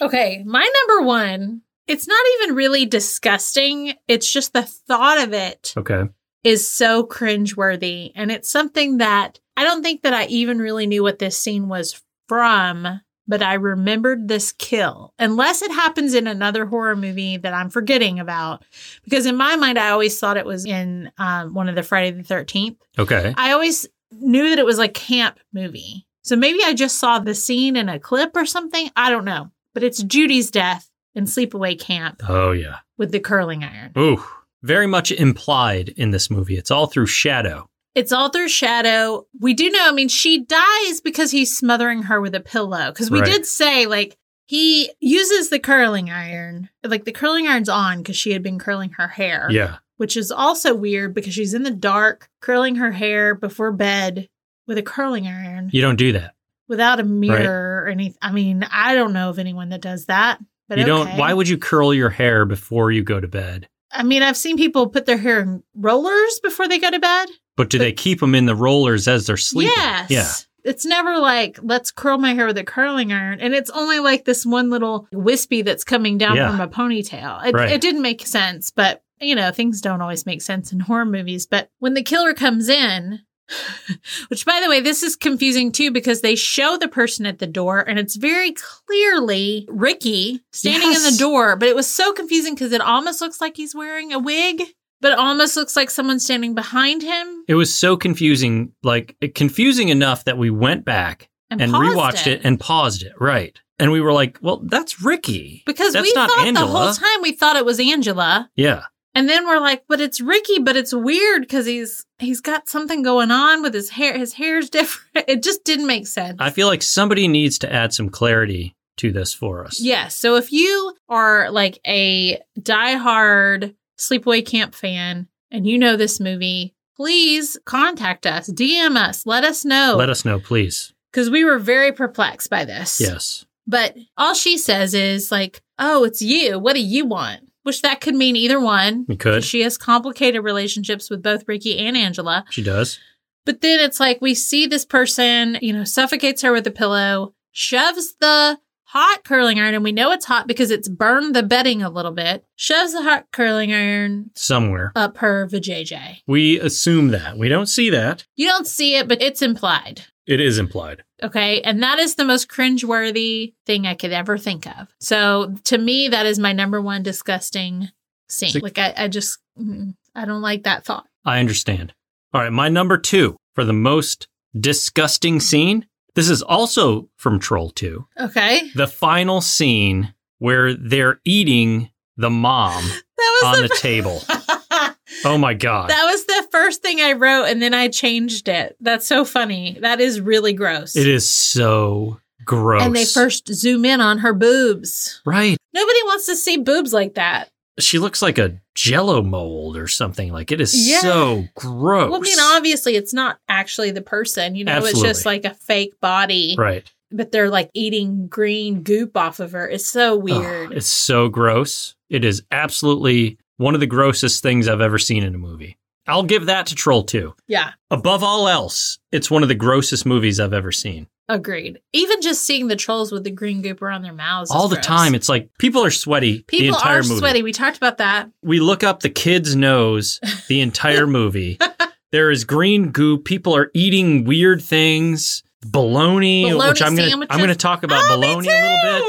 S4: Okay,
S1: My number one, it's not even really disgusting. It's just the thought of it
S2: Okay.
S1: is so cringeworthy. And it's something that I don't think that I even really knew what this scene was from, but I remembered this kill. Unless it happens in another horror movie that I'm forgetting about. Because in my mind, I always thought it was in um, one of the Friday the 13th.
S2: Okay.
S1: I always knew that it was like camp movie. So maybe I just saw the scene in a clip or something. I don't know. But it's Judy's death in sleepaway camp
S2: Oh, yeah.
S1: with the curling iron.
S2: Ooh. Very much implied in this movie. It's all through shadow.
S1: It's all through shadow. We do know, I mean, she dies because he's smothering her with a pillow. Because we
S2: Right.
S1: did say, like, he uses the curling iron. Like, the curling iron's on because she had been curling her hair,
S2: Yeah.
S1: which is also weird because she's in the dark, curling her hair before bed with a curling iron
S2: You don't do that.
S1: without a mirror or anything. I mean, I don't know of anyone that does that. But
S2: you don't.
S1: okay.
S2: Why would you curl your hair before you go to bed?
S1: I mean, I've seen people put their hair in rollers before they go to bed.
S2: But do they keep them in the rollers as they're sleeping?
S1: Yes.
S2: Yeah.
S1: It's never like, let's curl my hair with a curling iron. And it's only like this one little wispy that's coming down
S2: Yeah.
S1: from a ponytail. It,
S2: Right.
S1: it didn't make sense, but you know, things don't always make sense in horror movies. But when the killer comes in, which by the way, this is confusing too because they show the person at the door and it's very clearly Ricky standing in
S2: Yes.
S1: the door. But it was so confusing because it almost looks like he's wearing a wig, but it almost looks like someone standing behind him.
S2: It was so confusing, like eh, confusing enough that we went back
S1: And,
S2: and,
S1: paused
S2: rewatched it. and paused it. Right. And we were like, well, that's Ricky.
S1: Because
S2: That's
S1: we
S2: not
S1: thought
S2: Angela.
S1: the whole time we thought it was Angela.
S2: Yeah.
S1: And then we're like, but it's Ricky, but it's weird because he's he's got something going on with his hair. His hair's different. It just didn't make sense.
S2: I feel like somebody needs to add some clarity to this for us.
S1: yes. So if you are like a diehard sleepaway camp fan and you know this movie, please contact us, DM us, let us
S2: Let
S1: know.
S2: us know, please.
S1: Because we were very perplexed by this.
S2: Yes.
S1: But all she says is like, "Oh, it's you. What do you want?" Which that could mean either one.
S2: We could.
S1: She has complicated relationships with both Ricky and Angela.
S2: She does.
S1: But then it's like we see this person, you know, suffocates her with a pillow, shoves the hot curling iron, and we know it's hot because it's burned the bedding a little bit, shoves the hot curling iron
S2: Somewhere.
S1: up her vajayjay.
S2: We assume that. We don't see that.
S1: You don't see it, but it's implied.
S2: It is implied.
S1: Okay. And that is the most cringeworthy thing I could ever think of. So to me, that is my number one disgusting scene.
S2: So-
S1: like, I, I just, mm, I don't like that thought.
S2: I understand. All right, my number two for the most disgusting scene. This is also from Troll 2.
S1: Okay.
S2: The final scene where they're eating the mom
S1: That was
S2: on
S1: the,
S2: the table. Oh my God.
S1: that was the first thing I wrote, and then I changed it. That's so funny. That is really gross.
S2: It is so gross.
S1: And they first zoom in on her boobs.
S2: Right.
S1: Nobody wants to see boobs like that.
S2: She looks like a jello mold or something. Like it is
S1: Yeah.
S2: so gross.
S1: Well, I mean, obviously, it's not actually the person. You know,
S2: Absolutely.
S1: it's just like a fake body.
S2: Right.
S1: but they're like eating green goop off of her. It's so
S2: Ugh,
S1: weird.
S2: it's so gross. It is absolutely one of the grossest things I've ever seen in a movie. I'll give that to Troll 2.
S1: yeah.
S2: Above all else, it's one of the grossest movies I've ever seen.
S1: Agreed. Even just seeing the trolls with the green goop around their mouths. is
S2: All the
S1: gross.
S2: time, it's like people are sweaty the
S1: People
S2: entire
S1: are
S2: movie.
S1: sweaty. We talked about that.
S2: We look up the kid's nose the entire movie. there is green goo. People are eating weird things. Bologna,
S1: Bologna
S2: which I'm gonna
S1: sandwiches.
S2: I'm gonna talk about
S1: Oh, me
S2: bologna a little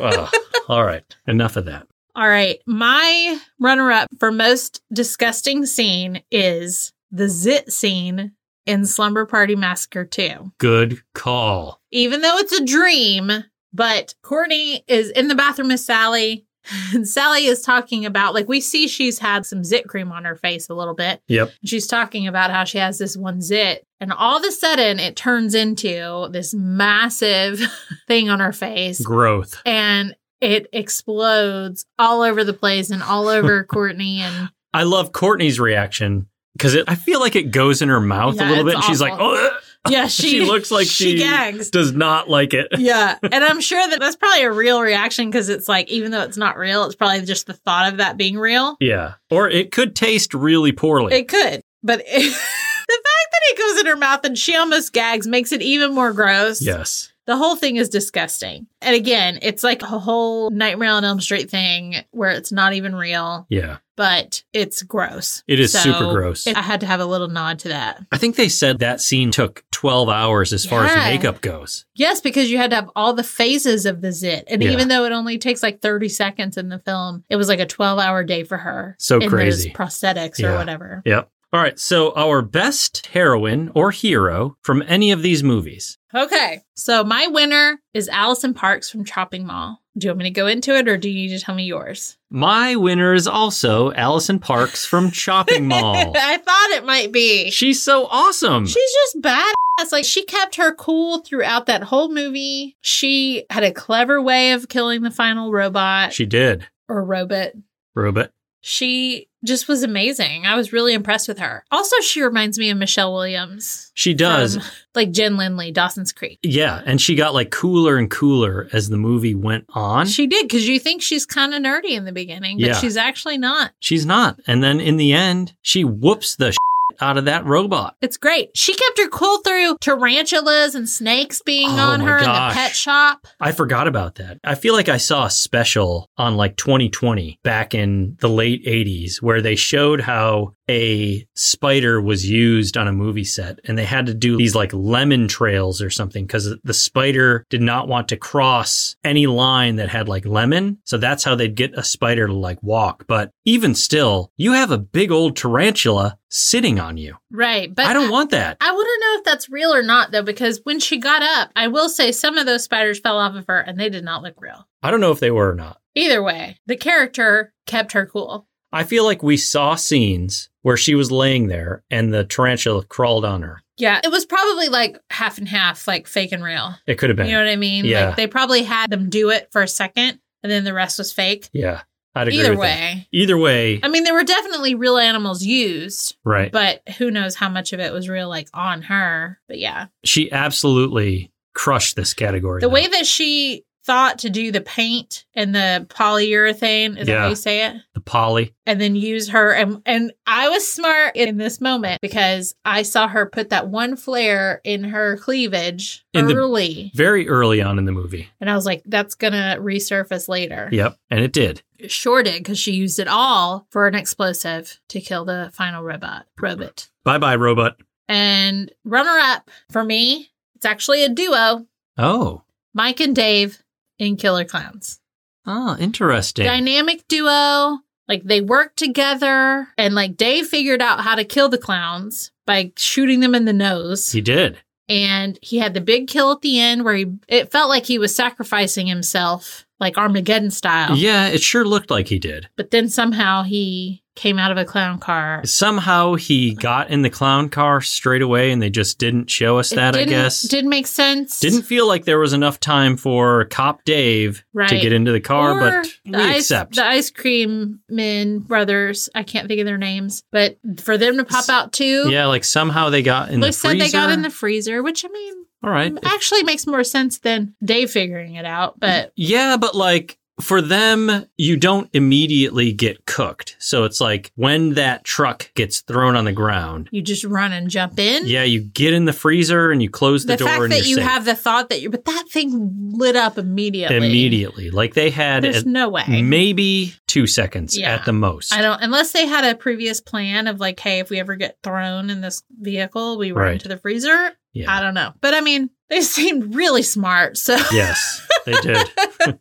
S2: Ugh. all right, enough of that.
S1: All right. My runner up for most disgusting scene is the zit scene in Slumber Party Massacre 2.
S2: Good call.
S1: Even though it's a dream, but Courtney is in the bathroom with Sally. And Sally is talking about, like, we see she's had some zit cream on her face a little bit.
S2: Yep.
S1: She's talking about how she has this one zit. And all of a sudden, it turns into this massive thing on her face
S2: Growth.
S1: and it explodes all over the place and all over Courtney and
S2: I love Courtney's reaction because I feel like it goes in her mouth a
S1: Yeah,
S2: little bit,
S1: it's
S2: and she's like,
S1: awful.
S2: "Oh,
S1: yeah,
S2: She
S1: she,
S2: looks like she-
S1: gags.
S2: does not like it."
S1: Yeah, and I'm sure that that's probably a real reaction because it's like even though it's not real, it's probably just the thought of that being real.
S2: Yeah, or it could taste really poorly.
S1: It could, but the fact that it goes in her mouth and she almost gags makes it even more gross.
S2: yes,
S1: The whole thing is disgusting. And again, it's like a whole Nightmare on Elm Street thing where it's not even real,
S2: yeah,
S1: but it's gross.
S2: it is super gross.
S1: I had to have a little nod to that.
S2: I think they said that scene took 12 hours as far
S1: Yeah.
S2: as makeup goes.
S1: Yes, because you had to have all the phases of the zit. And
S2: Yeah.
S1: even though it only takes like 30 seconds in the film, it was like a 12 hour day for her.
S2: So
S1: in those
S2: crazy.
S1: prosthetics
S2: Yeah.
S1: or whatever.
S2: Yep. All right, so our best heroine or hero from any of these movies.
S1: Okay. So my winner is Allison Parks from Chopping Mall. Do you want me to go into it or do you need to tell me yours?
S2: My winner is also Allison Parks from Chopping Mall.
S1: I thought it might be.
S2: She's so awesome.
S1: She's just badass. Like she kept her cool throughout that whole movie. She had a clever way of killing the final robot
S2: She did.
S1: or robot.
S2: Robot.
S1: She just was amazing. I was really impressed with her. Also, she reminds me of Michelle Williams.
S2: She does.
S1: from, like Jen Lindley, Dawson's Creek.
S2: yeah, and she got like cooler and cooler as the movie went on.
S1: She did because you think she's kind of nerdy in the beginning, but
S2: Yeah.
S1: she's actually not.
S2: She's not. And then in the end, she whoops the shit out of that robot.
S1: It's great. She kept her cool through tarantulas and snakes being
S2: Oh
S1: on
S2: my
S1: her in
S2: gosh.
S1: the pet shop.
S2: I forgot about that. I feel like I saw a special on like 2020 back in the late 80s where they showed how a spider was used on a movie set and they had to do these like lemon trails or something because the spider did not want to cross any line that had like lemon. So that's how they'd get a spider to like walk. But even still, you have a big old tarantula sitting on you.
S1: Right. But
S2: I don't want that.
S1: I wouldn't know if that's real or not, though, because when she got up, I will say some of those spiders fell off of her and they did not look real.
S2: I don't know if they were or not.
S1: Either way, the character kept her cool.
S2: I feel like we saw scenes where she was laying there and the tarantula crawled on her.
S1: Yeah, it was probably like half and half, like fake and real.
S2: It could have been.
S1: You know what I mean?
S2: Yeah.
S1: Like they probably had them do it for a second and then the rest was fake.
S2: yeah, I'd agree.
S1: Either
S2: with that.
S1: way.
S2: Either way,
S1: I mean, there were definitely real animals used,
S2: right?
S1: but who knows how much of it was real, like on her. But yeah,
S2: She absolutely crushed this category.
S1: the
S2: though.
S1: way that she thought to do the paint and the polyurethane is that
S2: Yeah.
S1: how you say it?
S2: the poly,
S1: and then use her and and I was smart in this moment because I saw her put that one flare in her cleavage
S2: In the-
S1: early
S2: very early on in the movie.
S1: and I was like that's going to resurface later.
S2: Yep, and it did.
S1: Sure did cuz she used it all for an explosive to kill the final robot robot.
S2: Bye bye, robot.
S1: And runner up for me, it's actually a duo,
S2: Oh,
S1: Mike and Dave in Killer Clowns.
S2: oh, interesting.
S1: Dynamic duo. Like they work together and like Dave figured out how to kill the clowns by shooting them in the nose.
S2: he did.
S1: And he had the big kill at the end where he it felt like he was sacrificing himself, like Armageddon style.
S2: Yeah, it sure looked like he did.
S1: But then somehow he came out of a clown car.
S2: Somehow he got in the clown car straight away, and they just didn't show us
S1: It
S2: that. I
S1: didn't-
S2: guess
S1: Didn't make sense.
S2: Didn't feel like there was enough time for Cop Dave
S1: Right.
S2: to get into the car,
S1: Or
S2: but
S1: the
S2: we
S1: ice,
S2: accept.
S1: the ice cream men brothers. I can't think of their names, but for them to pop out too,
S2: yeah, like somehow they got in
S1: they
S2: the
S1: said
S2: freezer.
S1: they got in the freezer, which I mean
S2: All right.
S1: actually makes more sense than Dave figuring it out. But
S2: yeah, but like for them, you don't immediately get cooked. So it's like when that truck gets thrown on the ground,
S1: You just run and jump in.
S2: yeah, you get in the freezer and you close the,
S1: the
S2: door
S1: fact
S2: and
S1: that
S2: you're
S1: you
S2: safe.
S1: have the thought that you're, but that thing lit up immediately.
S2: immediately. Like they had
S1: There's
S2: at
S1: no way.
S2: maybe two seconds
S1: Yeah.
S2: at the most.
S1: I don't, unless they had a previous plan of like, hey, if we ever get thrown in this vehicle, we run
S2: Right.
S1: to the freezer. I
S2: yeah.
S1: don't know. But I mean, they seemed really smart. So
S2: yes, they did.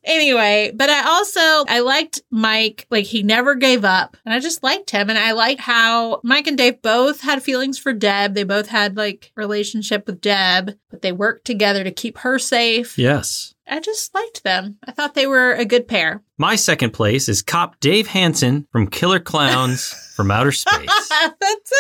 S1: anyway, but I also I liked Mike. Like he never gave up, and I just liked him. And I liked how Mike and Dave both had feelings for Deb. They both had like relationship with Deb, but they worked together to keep her safe.
S2: Yes.
S1: I just liked them. I thought they were a good pair.
S2: My second place is cop Dave Hansen from Killer Clowns from Outer Space.
S1: That's so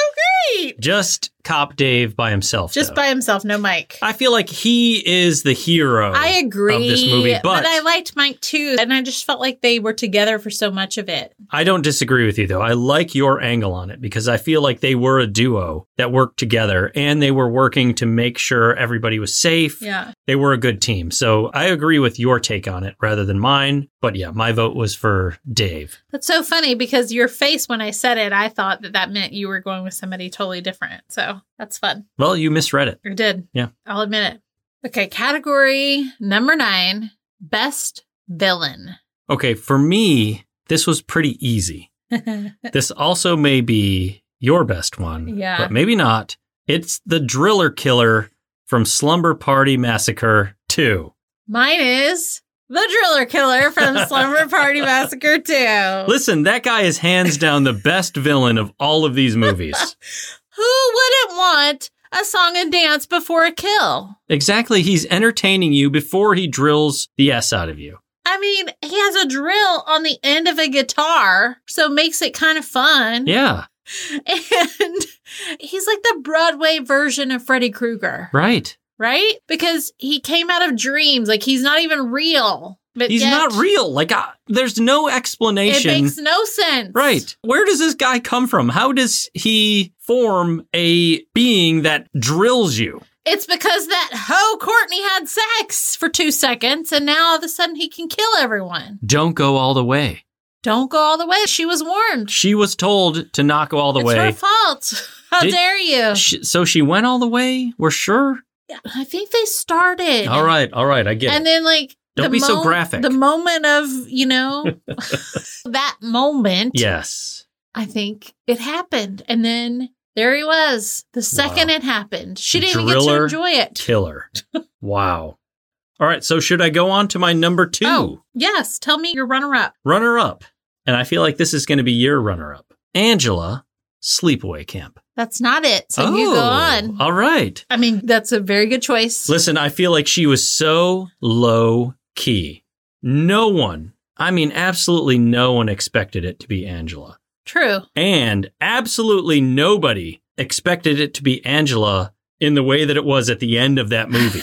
S1: great.
S2: Just cop Dave by himself.
S1: Just
S2: though.
S1: by himself, no Mike.
S2: I feel like he is the hero.
S1: I agree.
S2: Of this movie, but-
S1: I liked Mike too, and I just felt like they were together for so much of it.
S2: I don't disagree with you though. I like your angle on it because I feel like they were a duo that worked together and they were working to make sure everybody was safe.
S1: Yeah.
S2: They were a good team. So I agree with your take on it rather than mine. But yeah, my vote was for Dave.
S1: That's so funny because your face when I said it, I thought that that meant you were going with somebody totally different. So that's fun.
S2: Well, you misread it.
S1: You did.
S2: Yeah.
S1: I'll admit it. Okay. Category number nine best villain.
S2: Okay, for me, this was pretty easy. this also may be your best one,
S1: Yeah.
S2: but maybe not. It's the Driller Killer from Slumber Party Massacre 2.
S1: Mine is the driller killer from Slumber Party Massacre 2.
S2: Listen, that guy is hands down the best villain of all of these movies.
S1: Who wouldn't want a song and dance before a kill?
S2: exactly. He's entertaining you before he drills the S out of you.
S1: I mean, he has a drill on the end of a guitar, so it makes it kind of fun.
S2: Yeah,
S1: And he's like the Broadway version of Freddy Krueger,
S2: right.
S1: right? Because he came out of dreams. Like he's not even real. But
S2: He's
S1: yet
S2: not real. Like, I, there's no
S1: It
S2: explanation.
S1: makes no sense.
S2: Right. Where does this guy come from? How does he form a being that drills you?
S1: It's because that hoe Courtney had sex for two seconds and now all of a sudden he can kill everyone.
S2: Don't go all the way.
S1: Don't go all the way. She was warned.
S2: She was told to not go all the
S1: it's her
S2: way.
S1: fault. How
S2: Did-
S1: dare you?
S2: Sh so she went all the way? We're sure?
S1: I think they started.
S2: All right. All right. I get
S1: And
S2: it.
S1: then like
S2: Don't be so graphic.
S1: The moment of, you know, that moment.
S2: Yes.
S1: I think it happened. And then there he was. The second it happened. She didn't even get to
S2: Driller.
S1: enjoy it.
S2: Killer. wow. All right. So should I go on to my number two
S1: Oh, yes. Tell me your runner up.
S2: runner up? And I feel like this is going to be your runner up. Angela, Sleepaway Camp.
S1: That's not it. So you go
S2: Oh,
S1: on.
S2: All right.
S1: I mean, that's a very good choice.
S2: Listen, I feel like she was so low key. No one, I mean, absolutely no one expected it to be Angela.
S1: True.
S2: And absolutely nobody expected it to be Angela in the way that it was at the end of that movie.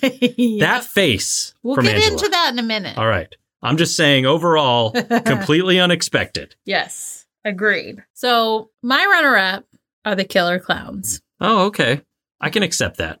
S2: That face
S1: we'll
S2: from
S1: get
S2: Angela.
S1: into that in a minute.
S2: All right. I'm just saying, overall, completely unexpected.
S1: Yes. Agreed. So my runner up are the killer clowns.
S2: Oh, okay. I can accept that.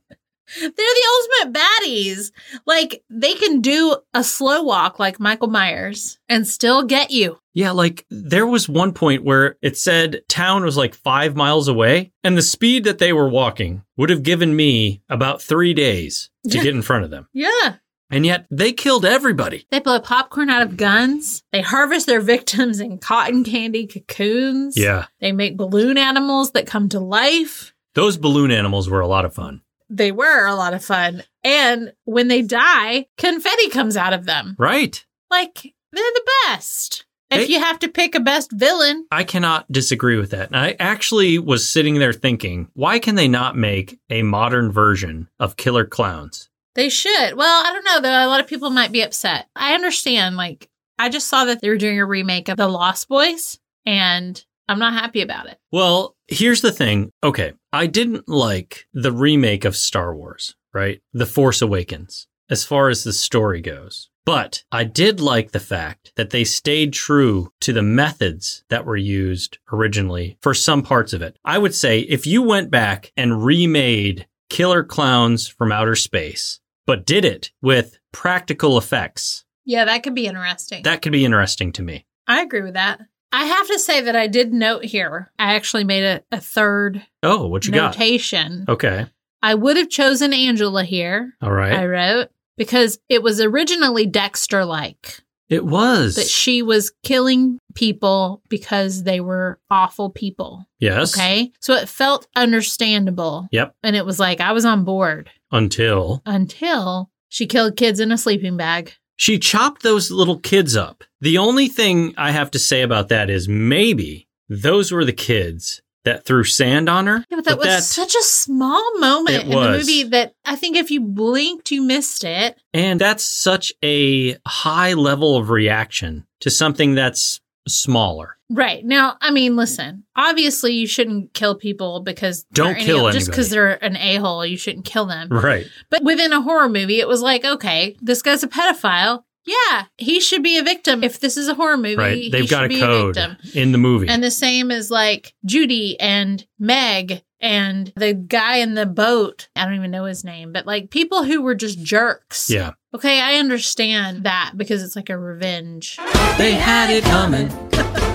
S1: They're the ultimate baddies. Like they can do a slow walk like Michael Myers and still get you.
S2: Yeah, like there was one point where it said town was like five miles away, and the speed that they were walking would have given me about three days to get in front of them.
S1: Yeah.
S2: And yet they killed everybody.
S1: They blow popcorn out of guns. They harvest their victims in cotton candy cocoons.
S2: Yeah.
S1: They make balloon animals that come to life.
S2: Those balloon animals were a lot of fun.
S1: They were a lot of fun. And when they die, confetti comes out of them.
S2: Right.
S1: Like they're the best. If
S2: They-
S1: you have to pick a best villain,
S2: I cannot disagree with that. And I actually was sitting there thinking, why can they not make a modern version of Killer Clowns?
S1: They should. Well, I don't know though. A lot of people might be upset. I understand. Like, I just saw that they were doing a remake of The Lost Boys, and I'm not happy about it.
S2: Well, here's the thing. Okay, I didn't like the remake of Star Wars, right? The Force Awakens, as far as the story goes. But I did like the fact that they stayed true to the methods that were used originally for some parts of it. I would say if you went back and remade Killer Clowns from Outer Space, but did it with practical effects
S1: Yeah, that could be interesting.
S2: That could be interesting to me.
S1: I agree with that. I have to say that I did note here. I actually made a, a third
S2: Oh, what you got? Oh.
S1: notation.
S2: Okay.
S1: I would have chosen Angela here.
S2: All right.
S1: I wrote because it was originally Dexter like
S2: it was.
S1: that she was killing people because they were awful people.
S2: yes.
S1: Okay. So it felt understandable.
S2: Yep.
S1: And it was like I was on board
S2: Until
S1: until she killed kids in a sleeping bag.
S2: she chopped those little kids up. The only thing I have to say about that is maybe those were the kids that threw sand on her.
S1: Yeah, but that was
S2: that's-
S1: such a small moment
S2: It
S1: in the
S2: was.
S1: movie that I think if you blinked, you missed it.
S2: And that's such a high level of reaction to something that's smaller.
S1: Right. Now, I mean, listen, obviously you shouldn't kill people because
S2: Don't
S1: they're an
S2: kill
S1: a- Just
S2: anybody.
S1: because they're an a hole, you shouldn't kill them.
S2: Right.
S1: But within a horror movie, it was like, okay, this guy's a pedophile. Yeah, he should be a victim. If this is a horror movie,
S2: Right.
S1: he
S2: They've got
S1: should
S2: a
S1: be
S2: code
S1: victim.
S2: in the movie.
S1: And the same as like Judy and Meg and the guy in the boat. I don't even know his name, but like people who were just jerks.
S2: yeah.
S1: Okay, I understand that because it's like a revenge.
S2: They had it coming.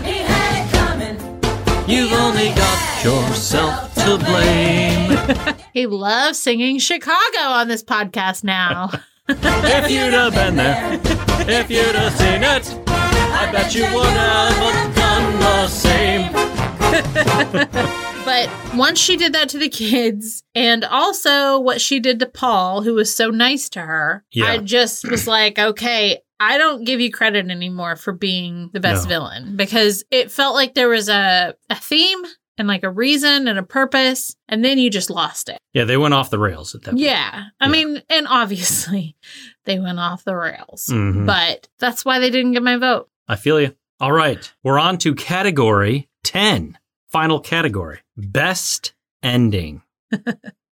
S5: He had it coming.
S2: You've only got yourself to blame.
S1: He loves singing Chicago on this podcast now.
S2: If you'd have been there, if you'd have seen it, I bet you would have done the same.
S1: but once she did that to the kids and also what she did to Paul, who was so nice to her,
S2: Yeah.
S1: I just was like, okay. I don't give you credit anymore for being the best
S2: No.
S1: villain because it felt like there was a, a theme and like a reason and a purpose, and then you just lost it.
S2: Yeah, they went off the rails at that point.
S1: Yeah. I
S2: Yeah.
S1: mean, and obviously they went off the rails,
S2: Mhm.
S1: but that's why they didn't get my vote.
S2: I feel you. All right. We're on to category 10. Final category. Best ending.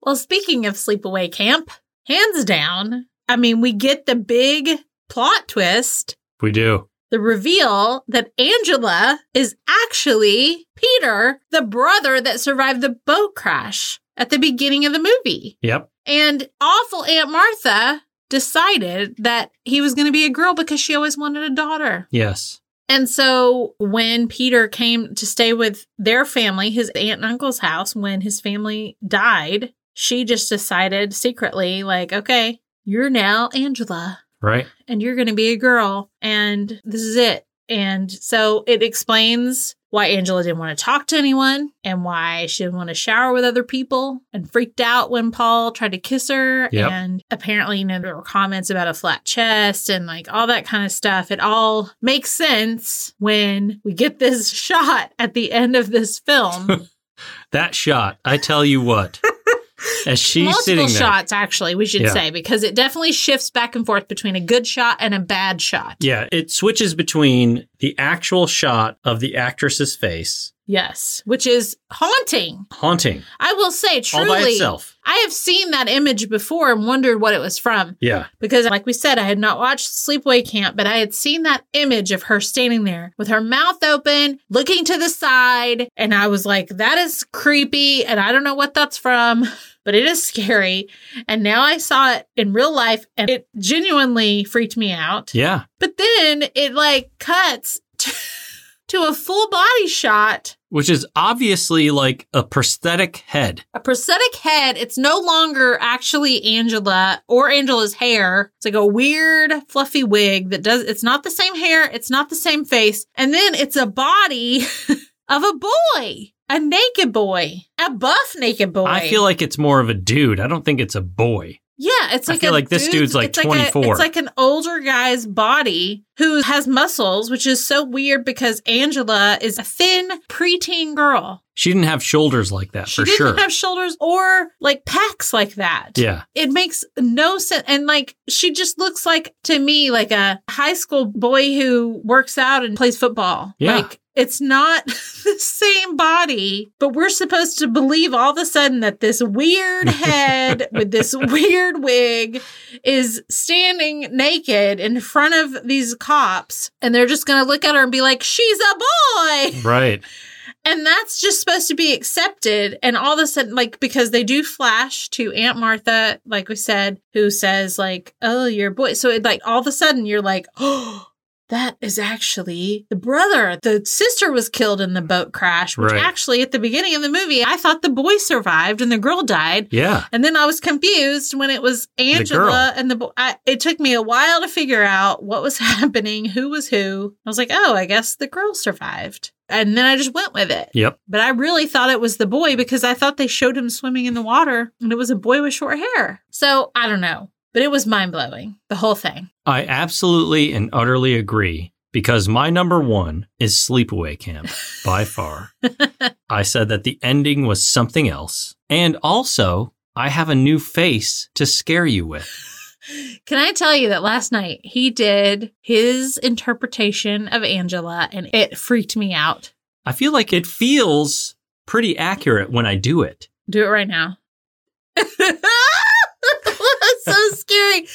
S1: Well, speaking of sleepaway camp, hands down, I mean, we get the big plot twist,
S2: We do.
S1: the reveal that Angela is actually Peter, the brother that survived the boat crash at the beginning of the movie.
S2: Yep.
S1: And awful Aunt Martha decided that he was going to be a girl because she always wanted a daughter.
S2: Yes.
S1: And so when Peter came to stay with their family, his aunt and uncle's house, when his family died, she just decided secretly, like, okay, you're now Angela
S2: Right?
S1: and you're going to be a girl and this is it. And so it explains why Angela didn't want to talk to anyone and why she didn't want to shower with other people and freaked out when Paul tried to kiss her.
S2: Yep.
S1: And apparently, you know, there were comments about a flat chest and like all that kind of stuff. It all makes sense when we get this shot at the end of this film.
S2: That shot, I tell you what. as she's
S1: Multiple
S2: sitting there.
S1: shots, actually, we should
S2: Yeah.
S1: say, because it definitely shifts back and forth between a good shot and a bad shot.
S2: Yeah, it switches between the actual shot of the actress's face
S1: Yes, which is haunting.
S2: haunting
S1: I will say
S2: all by
S1: truly,
S2: itself.
S1: I have seen that image before and wondered what it was from
S2: Yeah.
S1: because, like we said, I had not watched Sleepaway Camp, but I had seen that image of her standing there with her mouth open, looking to the side, and I was like, "That is creepy," and I don't know what that's from. But it is scary. And now I saw it in real life and it genuinely freaked me out.
S2: Yeah.
S1: But then it like cuts to, to a full body shot
S2: Which is obviously like a prosthetic head.
S1: a prosthetic head. It's no longer actually Angela or Angela's hair. It's like a weird fluffy wig that does, it's not the same hair. It's not the same face. And then it's a body of a boy, a naked boy, a buff naked boy.
S2: I feel like it's more of a dude. I don't think it's a boy.
S1: yeah, it's
S2: I
S1: like, a
S2: feel like this
S1: dude-
S2: dude's like
S1: it's a-
S2: 24.
S1: it's like an older guy's body who has muscles, which is so weird because Angela is a thin preteen girl.
S2: She didn't have shoulders like that
S1: She
S2: for
S1: didn't
S2: sure.
S1: have shoulders or like pecs like that.
S2: yeah.
S1: it makes no sense. And like, she just looks like to me like a high school boy who works out and plays football.
S2: Yeah.
S1: Like, it's not the same body, but we're supposed to believe all of a sudden that this weird head with this weird wig is standing naked in front of these cops and they're just going to look at her and be like, she's a boy.
S2: Right.
S1: And that's just supposed to be accepted. And all of a sudden, like, because they do flash to Aunt Martha, like we said, who says, like, oh, your boy. So it, like, all of a sudden, you're like, oh, that is actually the brother. The sister was killed in the boat crash, which
S2: Right.
S1: actually, at the beginning of the movie, I thought the boy survived and the girl died.
S2: Yeah.
S1: And then I was confused when it was Angela
S2: girl.
S1: and the boy. I, it took me a while to figure out what was happening, who was who. I was like, oh, I guess the girl survived. And then I just went with it.
S2: Yep.
S1: But I really thought it was the boy because I thought they showed him swimming in the water and it was a boy with short hair. So I don't know. But it was mind blowing, the whole thing.
S2: I absolutely and utterly agree because my number one is Sleepaway Camp by far. I said that the ending was something else. And also, I have a new face to scare you with.
S1: Can I tell you that last night he did his interpretation of Angela and it freaked me out.
S2: I feel like it feels pretty accurate when I do it.
S1: Do it right now. That's so scary.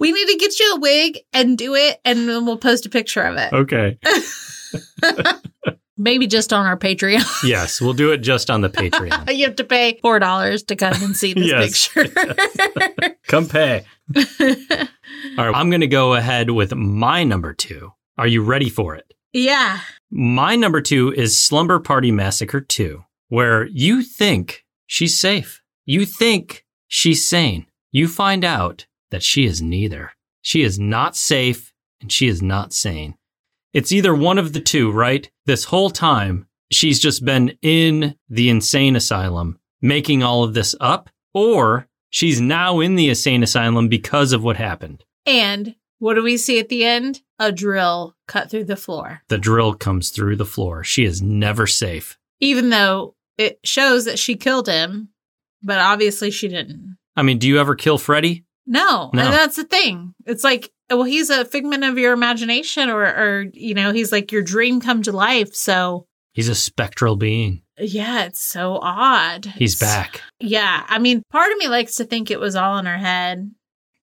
S1: We need to get you a wig and do it, and then we'll post a picture of it.
S2: Okay.
S1: Maybe just on our Patreon.
S2: yes, we'll do it just on the Patreon.
S1: you have to pay four dollars to come and see this
S2: Yes.
S1: picture.
S2: Come pay. All right, I'm going to go ahead with my number two. Are you ready for it?
S1: yeah.
S2: My number two is Slumber Party Massacre 2, where you think she's safe. You think she's sane. You find out that she is neither. She is not safe and she is not sane. It's either one of the two, right? This whole time, she's just been in the insane asylum making all of this up, or she's now in the insane asylum because of what happened.
S1: And what do we see at the end? A drill cut through the floor.
S2: The drill comes through the floor. She is never safe.
S1: Even though it shows that she killed him, but obviously she didn't.
S2: I mean, do you ever kill Freddy?
S1: No,
S2: No.
S1: and that's the thing. It's like, well, he's a figment of your imagination, or, or you know, he's like your dream come to life. So,
S2: He's a spectral being.
S1: yeah, it's so odd.
S2: He's
S1: It's-
S2: back.
S1: Yeah, I mean, part of me likes to think it was all in her head,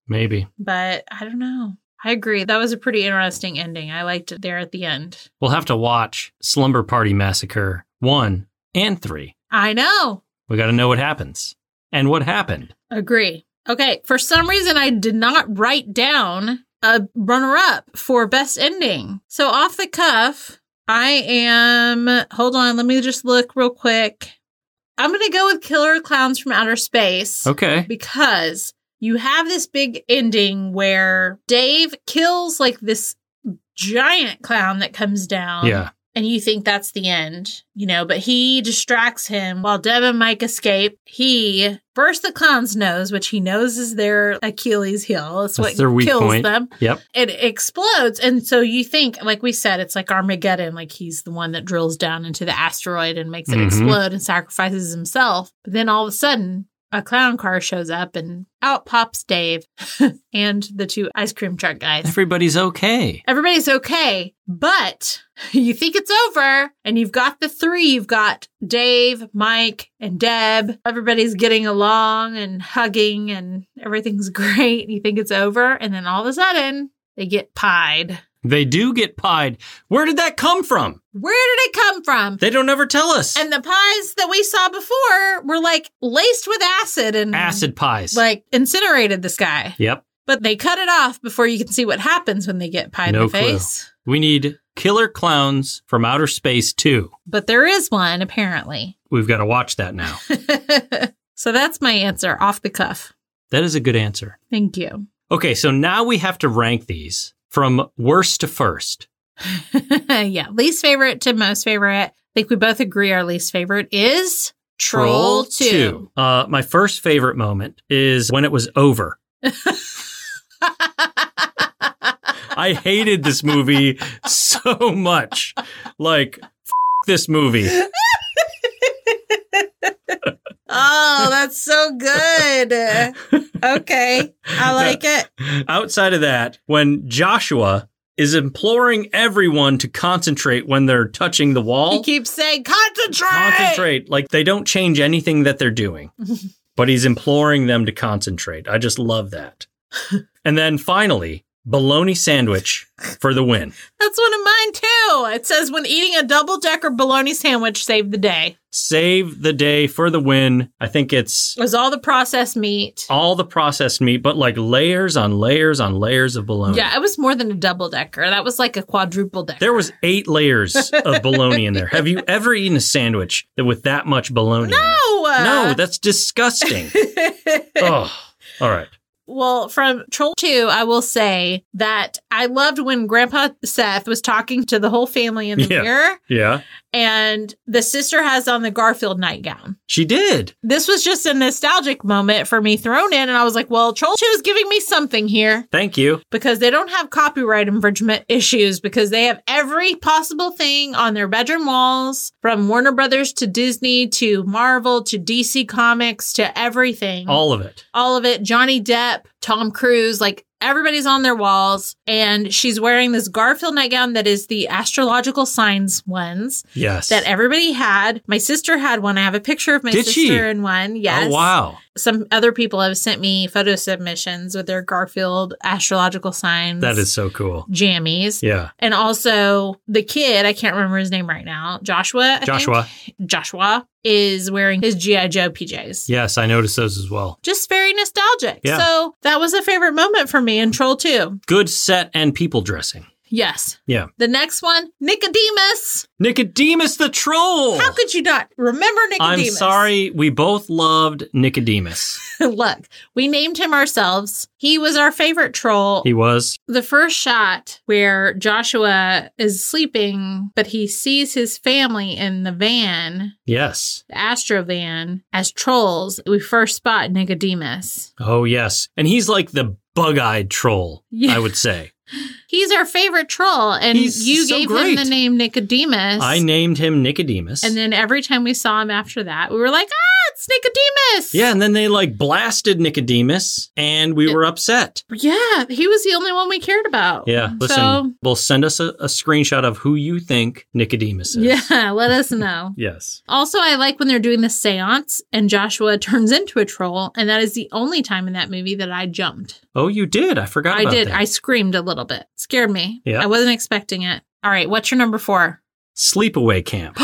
S2: Maybe.
S1: but I don't know. I agree. That was a pretty interesting ending. I liked it there at the end.
S2: We'll have to watch Slumber Party Massacre 1 and 3.
S1: I know.
S2: We got to know what happens and what happened.
S1: Agree. Okay. For some reason, I did not write down a runner up for best ending. So, off the cuff, I am. Hold on. Let me just look real quick. I'm going to go with Killer Clowns from Outer Space
S2: Okay.
S1: because you have this big ending where Dave kills like this giant clown that comes down
S2: Yeah.
S1: and you think that's the end, you know, but he distracts him while Deb and Mike escape. He bursts the clown's nose, which he knows is their Achilles heel. It's
S2: That's
S1: what
S2: their weak
S1: kills
S2: point.
S1: them.
S2: Yep.
S1: It explodes. And so you think, like we said, it's like Armageddon. Like he's the one that drills down into the asteroid and makes it
S2: Mhm.
S1: explode and sacrifices himself. But then all of a sudden, a clown car shows up and out pops Dave and the two ice cream truck guys
S2: Everybody's okay.
S1: everybody's okay, but you think it's over and you've got the three. You've got Dave, Mike, and Deb. Everybody's getting along and hugging and everything's great. And you think it's over. And then all of a sudden, they get pied.
S2: They do get pied. Where did that come from?
S1: Where did it come from?
S2: They don't ever tell us.
S1: And the pies that we saw before were like laced with acid and
S2: Acid pies.
S1: like incinerated this guy.
S2: yep.
S1: But they cut it off before you can see what happens when they get pied
S2: No
S1: in the
S2: clue.
S1: face.
S2: We need Killer Clowns from Outer Space 2.
S1: But there is one apparently.
S2: We've got to watch that now.
S1: so that's my answer off the cuff.
S2: that is a good answer.
S1: Thank you.
S2: Okay, so now we have to rank these from worst to first.
S1: yeah, least favorite to most favorite. I think we both agree our least favorite is Troll, 2.
S2: Uh, my first favorite moment is when it was over. I hated this movie so much. Like, f- this movie.
S1: oh, that's so good. Okay. I like it.
S2: Outside of that, when Joshua is imploring everyone to concentrate when they're touching the
S1: He
S2: wall,
S1: keeps saying, concentrate.
S2: concentrate. Like, they don't change anything that they're doing, but he's imploring them to concentrate. I just love that. and then finally, Bologna sandwich for the win.
S1: That's one of mine too. It says when eating a double decker bologna sandwich saved the day.
S2: Save the day for the win. I think it's
S1: It was all the processed meat.
S2: all the processed meat, but like layers on layers on layers of bologna.
S1: Yeah, it was more than a double decker. That was like a quadruple decker.
S2: There was eight layers of bologna in there. Have you ever eaten a sandwich that with that much bologna? No.
S1: no,
S2: No, that's disgusting. oh, all right.
S1: Well, from Troll 2, I will say that I loved when Grandpa Seth was talking to the whole family in the
S2: Yeah.
S1: mirror,
S2: Yeah,
S1: and the sister has on the Garfield nightgown.
S2: she did.
S1: This was just a nostalgic moment for me thrown in, and I was like, well, Troll 2 is giving me something here
S2: Thank you.
S1: because they don't have copyright infringement issues because they have every possible thing on their bedroom walls from Warner Brothers to Disney to Marvel to DC Comics to everything
S2: All of it.
S1: all of it. Johnny Depp, Tom Cruise, like everybody's on their walls. And she's wearing this Garfield nightgown that is the astrological signs ones
S2: Yes.
S1: that everybody had. My sister had one. I have a picture of my
S2: Did
S1: sister
S2: she?
S1: in one. Yes.
S2: Oh wow.
S1: Some other people have sent me photo submissions with their Garfield astrological signs.
S2: That is so cool.
S1: jammies.
S2: Yeah.
S1: And also the kid, I can't remember his name right now, Joshua. I think?
S2: Joshua.
S1: Joshua is wearing his G.I. Joe PJs
S2: Yes, I noticed those as well.
S1: just very nostalgic.
S2: Yeah.
S1: So that was a favorite moment for me in Troll 2.
S2: Good set and people dressing.
S1: Yes.
S2: Yeah.
S1: The next one, Nicodemus.
S2: Nicodemus the troll.
S1: How could you not remember
S2: Oh. I'm
S1: Nicodemus?
S2: sorry, we both loved Nicodemus.
S1: Look, we named him ourselves. He was our favorite troll.
S2: He was
S1: the first shot where Joshua is sleeping, but he sees his family in the van,
S2: yes.
S1: the Astro van, as trolls, we first spot Nicodemus.
S2: Oh yes. And he's like the bug-eyed troll,
S1: Yeah.
S2: I would say.
S1: He's our favorite troll, and
S2: He's
S1: you
S2: so
S1: gave
S2: great.
S1: him the name Nicodemus.
S2: I named him Nicodemus.
S1: And then every time we saw him after that, we were like, ah, it's Nicodemus.
S2: yeah, and then they like blasted Nicodemus and we were upset.
S1: Yeah. He was the only one we cared about.
S2: Yeah, listen,
S1: So,
S2: well send us a, a screenshot of who you think Nicodemus is.
S1: yeah, let us know.
S2: Yes.
S1: Also, I like when they're doing the seance and Joshua turns into a troll. And that is the only time in that movie that I jumped.
S2: Oh, you did. I forgot
S1: I
S2: about
S1: did.
S2: that.
S1: I screamed a little bit. Scared me.
S2: Yeah.
S1: I wasn't expecting it. All right. What's your number four?
S2: Sleepaway camp.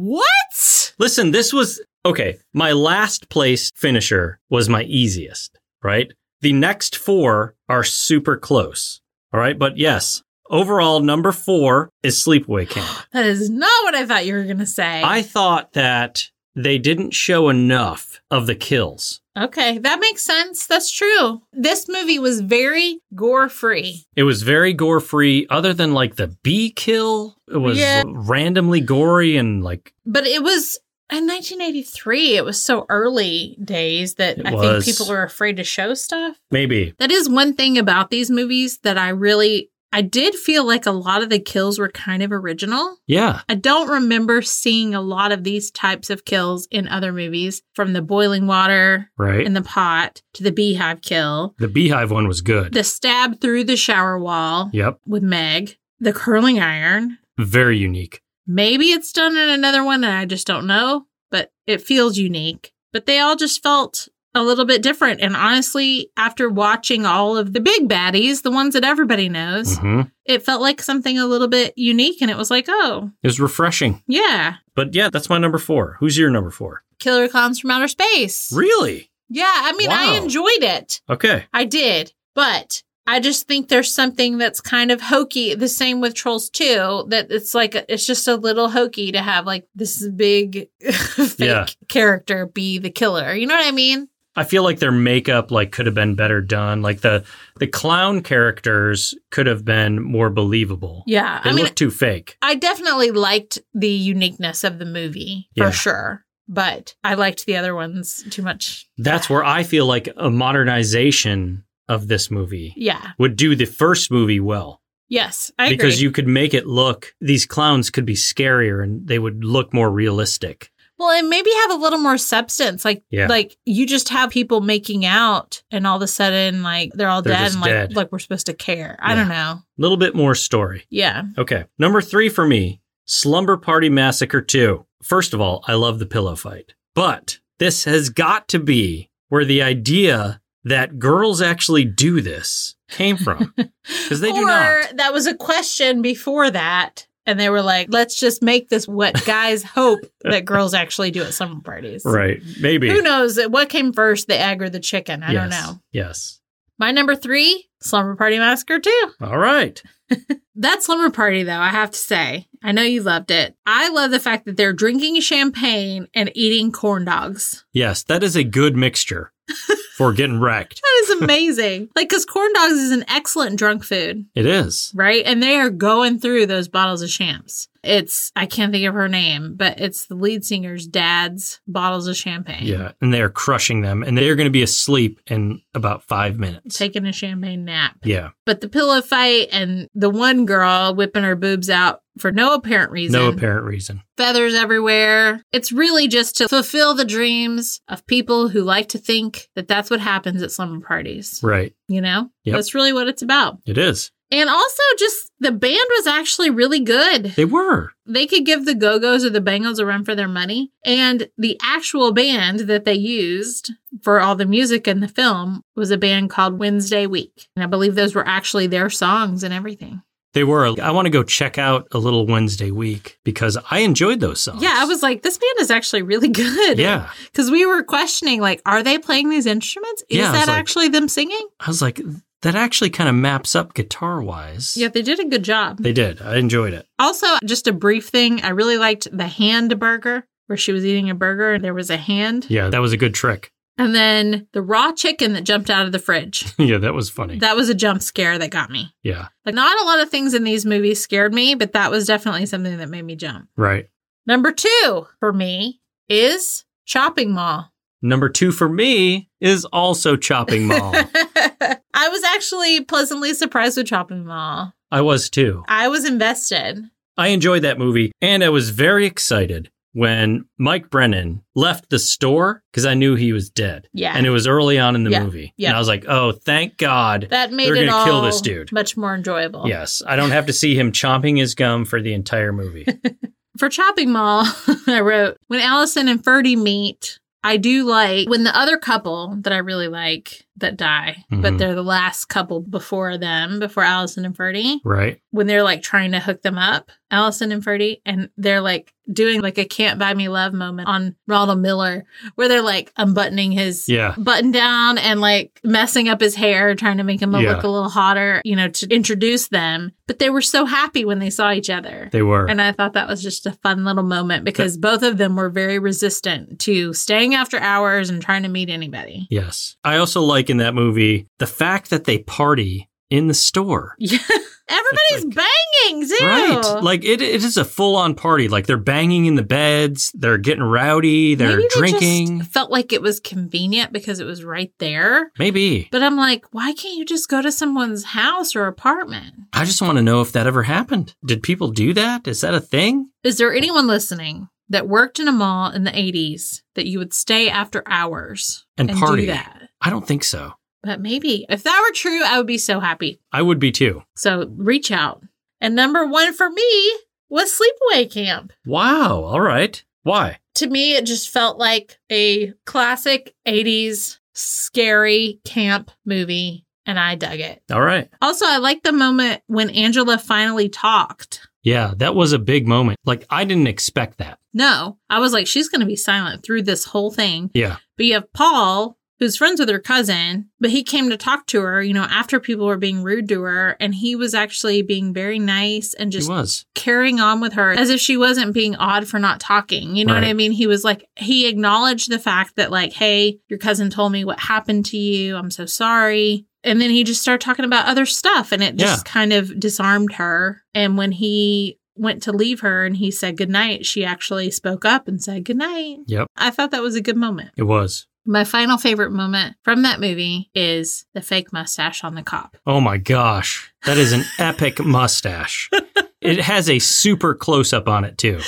S1: What?
S2: Listen, this was okay. My last place finisher was my easiest, right? The next four are super close. All right. But yes, overall, number four is Sleepaway Camp.
S1: That is not what I thought you were going to say.
S2: I thought that they didn't show enough of the kills.
S1: okay. That makes sense. That's true. This movie was very gore free.
S2: It was very gore free, other than like the bee kill. It was
S1: Yeah.
S2: randomly gory and like,
S1: but it was in 1983 it was so early days that
S2: It
S1: i
S2: was.
S1: think people are afraid to show stuff
S2: maybe.
S1: that is one thing about these movies that i really i did feel like a lot of the kills were kind of original
S2: Yeah.
S1: i don't remember seeing a lot of these types of kills in other movies from the boiling water
S2: Right.
S1: in the pot to the beehive kill
S2: the beehive one was good.
S1: the stab through the shower wall
S2: yep.
S1: with meg the curling iron
S2: Very unique.
S1: Maybe it's done in another one and I just don't know, but it feels unique. But they all just felt a little bit different. And honestly, after watching all of the big baddies, the ones that everybody knows,
S2: hmm
S1: it felt like something a little bit unique. And it was like, oh,
S2: It was refreshing.
S1: yeah,
S2: But yeah, that's my number four. Who's your number four?
S1: Killer Clowns from Outer Space.
S2: Really?
S1: Yeah, I mean, I
S2: Wow.
S1: enjoyed it.
S2: Okay.
S1: I did, but I just think there's something that's kind of hokey. The same with Trolls 2, that it's like, it's just a little hokey to have like this big fake
S2: Yeah.
S1: character be the killer. You know what I mean?
S2: I feel like their makeup like could have been better done. Like the the clown characters could have been more believable.
S1: Yeah.
S2: They
S1: I mean,
S2: look too fake.
S1: I definitely liked the uniqueness of the movie
S2: Yeah.
S1: for sure, but I liked the other ones too much.
S2: That's where I feel like a modernization of this movie
S1: Yeah.
S2: would do the first movie well.
S1: Yes. I
S2: because
S1: agree.
S2: you could make it look these clowns could be scarier and they would look more realistic.
S1: Well, and maybe have a little more substance. Like,
S2: Yeah.
S1: like you just have people making out, and all of a sudden, like they're all
S2: They're
S1: dead,
S2: just
S1: and like
S2: dead.
S1: like we're supposed to care. I
S2: Yeah.
S1: don't know.
S2: A little bit more story.
S1: Yeah,
S2: Okay. Number three for me Slumber Party Massacre 2. First of all, I love the pillow fight, but this has got to be where the idea that girls actually do this came from. Because they
S4: or
S2: do not.
S4: that was a question before that. And they were like, let's just make this what guys hope that girls actually do at summer parties.
S2: Right. Maybe.
S4: Who knows? What came first, the egg or the chicken? I don't
S2: Yes.
S4: know.
S2: Yes.
S4: My number three, Slumber Party Massacre 2.
S2: All right.
S1: That slumber party, though, I have to say, I know you loved it. I love the fact that they're drinking champagne and eating corn dogs.
S2: Yes, that is a good mixture for getting wrecked.
S1: That is amazing. like, because corn dogs is an excellent drunk food,
S2: It is.
S1: right? And they are going through those bottles of champs. It's, I can't think of her name, but it's the lead singer's dad's bottles of champagne.
S2: Yeah. And they are crushing them and they are going to be asleep in about five minutes.
S1: Taking a champagne nap.
S2: Yeah.
S1: But the pillow fight and the one girl whipping her boobs out for no apparent reason.
S2: No apparent reason.
S1: feathers everywhere. It's really just to fulfill the dreams of people who like to think that that's what happens at slumber parties.
S2: Right.
S1: You know,
S2: Yep.
S1: that's really what it's about.
S2: It is.
S1: And also, just the band was actually really good.
S2: They were.
S1: They could give the Go Go's or the Bangles a run for their money. And the actual band that they used for all the music in the film was a band called Wednesday Week. And I believe those were actually their songs and everything.
S2: They were. I want to go check out a little Wednesday week because I enjoyed those songs.
S1: Yeah, I was like, this band is actually really good.
S2: Yeah.
S1: Because we were questioning, like, are they playing these instruments? Is
S2: Yeah, I was
S1: that
S2: like-
S1: actually them singing?
S2: I was like, that actually kind of maps up guitar wise.
S1: Yeah, they did a good job.
S2: They did. I enjoyed it.
S1: Also, just a brief thing, I really liked the hand burger where she was eating a burger and there was a hand.
S2: Yeah. That was a good trick.
S1: And then the raw chicken that jumped out of the fridge.
S2: yeah. That was funny.
S1: That was a jump scare that got me.
S2: yeah.
S1: Like, not a lot of things in these movies scared me, but that was definitely something that made me jump.
S2: Right.
S1: Number two for me is shopping mall.
S2: Number two for me is also Chopping Mall.
S1: I was actually pleasantly surprised with Chopping Mall.
S2: I was too.
S1: I was invested.
S2: I enjoyed that movie and I was very excited when Mike Brennan left the store because I knew he was dead.
S1: Yeah.
S2: And it was early on in the
S1: Yeah.
S2: movie.
S1: Yeah.
S2: And I was like, oh, thank God.
S1: That made
S2: They're
S1: it
S2: gonna
S1: all
S2: kill this dude.
S1: much more enjoyable.
S2: Yes. I don't have to see him chomping his gum for the entire movie.
S1: For Chopping Mall, I wrote when Allison and Ferdy meet. I do like when the other couple that I really like that die,
S2: Mhm.
S1: but they're the last couple before them, before Allison and Ferdy,
S2: right.
S1: when they're like trying to hook them up, Allison and Ferdy, and they're like doing like a can't buy me love moment on Ronald Miller where they're like unbuttoning his
S2: Yeah.
S1: button down and like messing up his hair, trying to make him
S2: Yeah.
S1: look a little hotter, you know, to introduce them. But they were so happy when they saw each other.
S2: They were.
S1: and I thought that was just a fun little moment because both of them were very resistant to staying after hours and trying to meet anybody.
S2: yes. I also like in that movie the fact that they party in the store.
S1: Yeah. Everybody's banging, too.
S2: Right. Like it, it is a full on party. Like they're banging in the beds, they're getting rowdy, they're
S1: Maybe they just
S2: drinking.
S1: felt like it was convenient because it was right there.
S2: Maybe.
S1: But I'm like, why can't you just go to someone's house or apartment?
S2: I just want to know if that ever happened. Did people do that? Is that a thing?
S1: Is there anyone listening that worked in a mall in the 80s that you would stay after hours
S2: And party.
S1: do that?
S2: I don't think so.
S1: But maybe if that were true, I would be so happy.
S2: I would be too.
S1: So reach out. And number one for me was Sleepaway Camp.
S2: Wow. All right. Why?
S1: To me, it just felt like a classic 80s scary camp movie, and I dug it.
S2: All right.
S1: Also, I like the moment when Angela finally talked.
S2: Yeah, that was a big moment. Like I didn't expect that.
S1: No, I was like, she's going to be silent through this whole thing.
S2: Yeah.
S1: But you have Paul, who's friends with her cousin, but he came to talk to her, you know, after people were being rude to her. And he was actually being very nice and
S2: It
S1: just
S2: was.
S1: carrying on with her as if she wasn't being odd for not talking. You know what
S2: Right.
S1: I mean? He was like, he acknowledged the fact that, like, hey, your cousin told me what happened to you. I'm so sorry. And then he just started talking about other stuff and it just kind of disarmed her. And when he went to leave her and he said goodnight, she actually spoke up and said goodnight.
S2: Yep.
S1: I thought that was a good moment.
S2: It was.
S1: My final favorite moment from that movie is the fake mustache on the cop.
S2: Oh my gosh. That is an epic mustache. It has a super close up on it too.
S1: And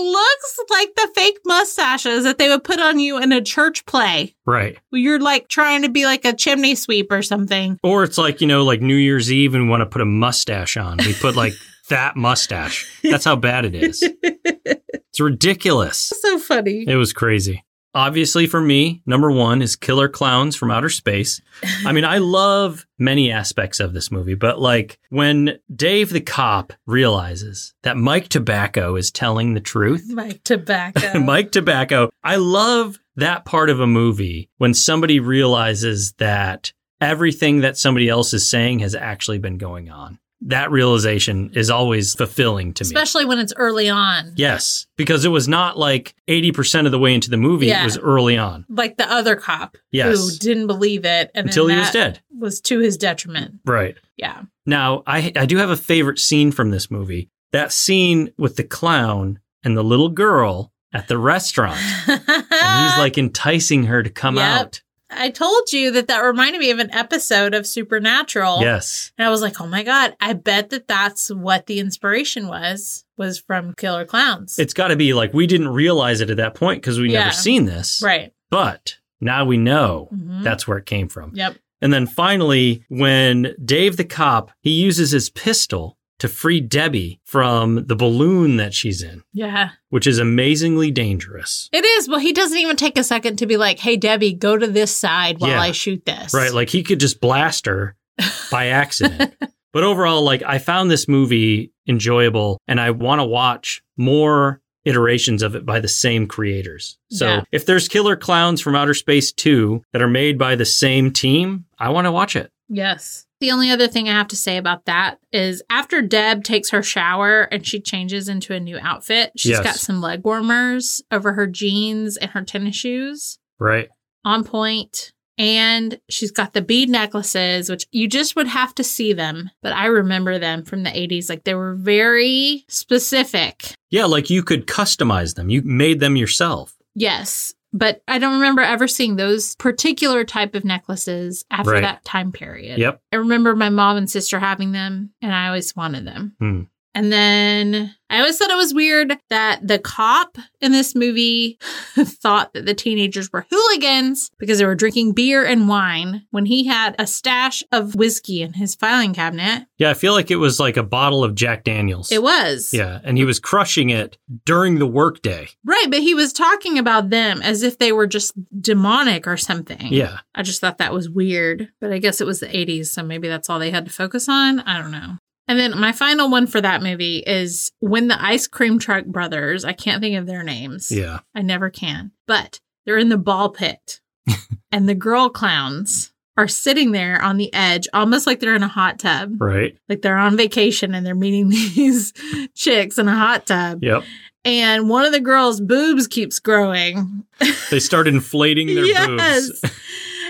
S1: it looks like the fake mustaches that they would put on you in a church play.
S2: Right.
S1: You're like trying to be like a chimney sweep or something.
S2: Or it's like, you know, like New Year's Eve and want to put a mustache on. We put like that mustache. That's how bad it is. It's ridiculous.
S1: So funny.
S2: It was crazy. obviously for me, number one is Killer Clowns from Outer Space. I mean, I love many aspects of this movie, but like when Dave the cop realizes that Mike Tobacco is telling the truth,
S1: Like tobacco.
S2: Mike Tobacco, I love that part of a movie when somebody realizes that everything that somebody else is saying has actually been going on. That realization is always fulfilling to me.
S1: Especially when it's early on.
S2: Yes, because it was not like 80% of the way into the movie.
S1: Yeah.
S2: It was early on.
S1: Like the other cop who
S2: Yes.
S1: didn't believe it and
S2: Until
S1: then
S2: he was
S1: that
S2: dead.
S1: was to his detriment.
S2: Right.
S1: Yeah.
S2: Now, I, I do have a favorite scene from this movie. That scene with the clown and the little girl at the restaurant. and he's like enticing her to come
S1: Yep.
S2: out.
S1: I told you that that reminded me of an episode of Supernatural.
S2: Yes.
S1: And I was like, oh my God, I bet that that's what the inspiration was, was from Killer Clowns.
S2: It's got to be like we didn't realize it at that point because we
S1: Yeah.
S2: never seen this.
S1: right.
S2: But now we know
S1: Mhm.
S2: that's where it came from.
S1: Yep.
S2: And then finally, when Dave the cop, he uses his pistol to free Debbie from the balloon that she's in,
S1: Yeah.
S2: which is amazingly dangerous.
S1: It is. Well, he doesn't even take a second to be like, hey, Debbie, go to this side while
S2: Yeah.
S1: I shoot this.
S2: Right? Like he could just blast her by accident. but overall, like I found this movie enjoyable and I want to watch more iterations of it by the same creators. So
S1: Yeah.
S2: if there's Killer Clowns from Outer Space 2 that are made by the same team, I want to watch it.
S1: Yes. The only other thing I have to say about that is after Deb takes her shower and she changes into a new outfit, she's
S2: Yes.
S1: got some leg warmers over her jeans and her tennis shoes
S2: Right.
S1: on point, And she's got the bead necklaces, which you just would have to see them. But I remember them from the 80s. Like they were very specific.
S2: Yeah, like you could customize them. You made them yourself.
S1: Yes. But I don't remember ever seeing those particular type of necklaces after
S2: Right.
S1: that time period.
S2: Yep.
S1: I remember my mom and sister having them, and I always wanted them.
S2: Hmm.
S1: And then I always thought it was weird that the cop in this movie thought that the teenagers were hooligans because they were drinking beer and wine when he had a stash of whiskey in his filing cabinet.
S2: Yeah, I feel like it was like a bottle of Jack Daniels.
S1: It was.
S2: Yeah, and he was crushing it during the workday.
S1: Right, but he was talking about them as if they were just demonic or something.
S2: Yeah.
S1: I just thought that was weird, but I guess it was the 80s, so maybe that's all they had to focus on. I don't know. And then my final one for that movie is when the ice cream truck brothers, I can't think of their names.
S2: Yeah.
S1: I never can, but they're in the ball pit and the girl clowns are sitting there on the edge, almost like they're in a hot tub.
S2: Right.
S1: Like they're on vacation and they're meeting these chicks in a hot tub.
S2: Yep.
S1: And one of the girls' boobs keeps growing
S2: They start inflating their boobs.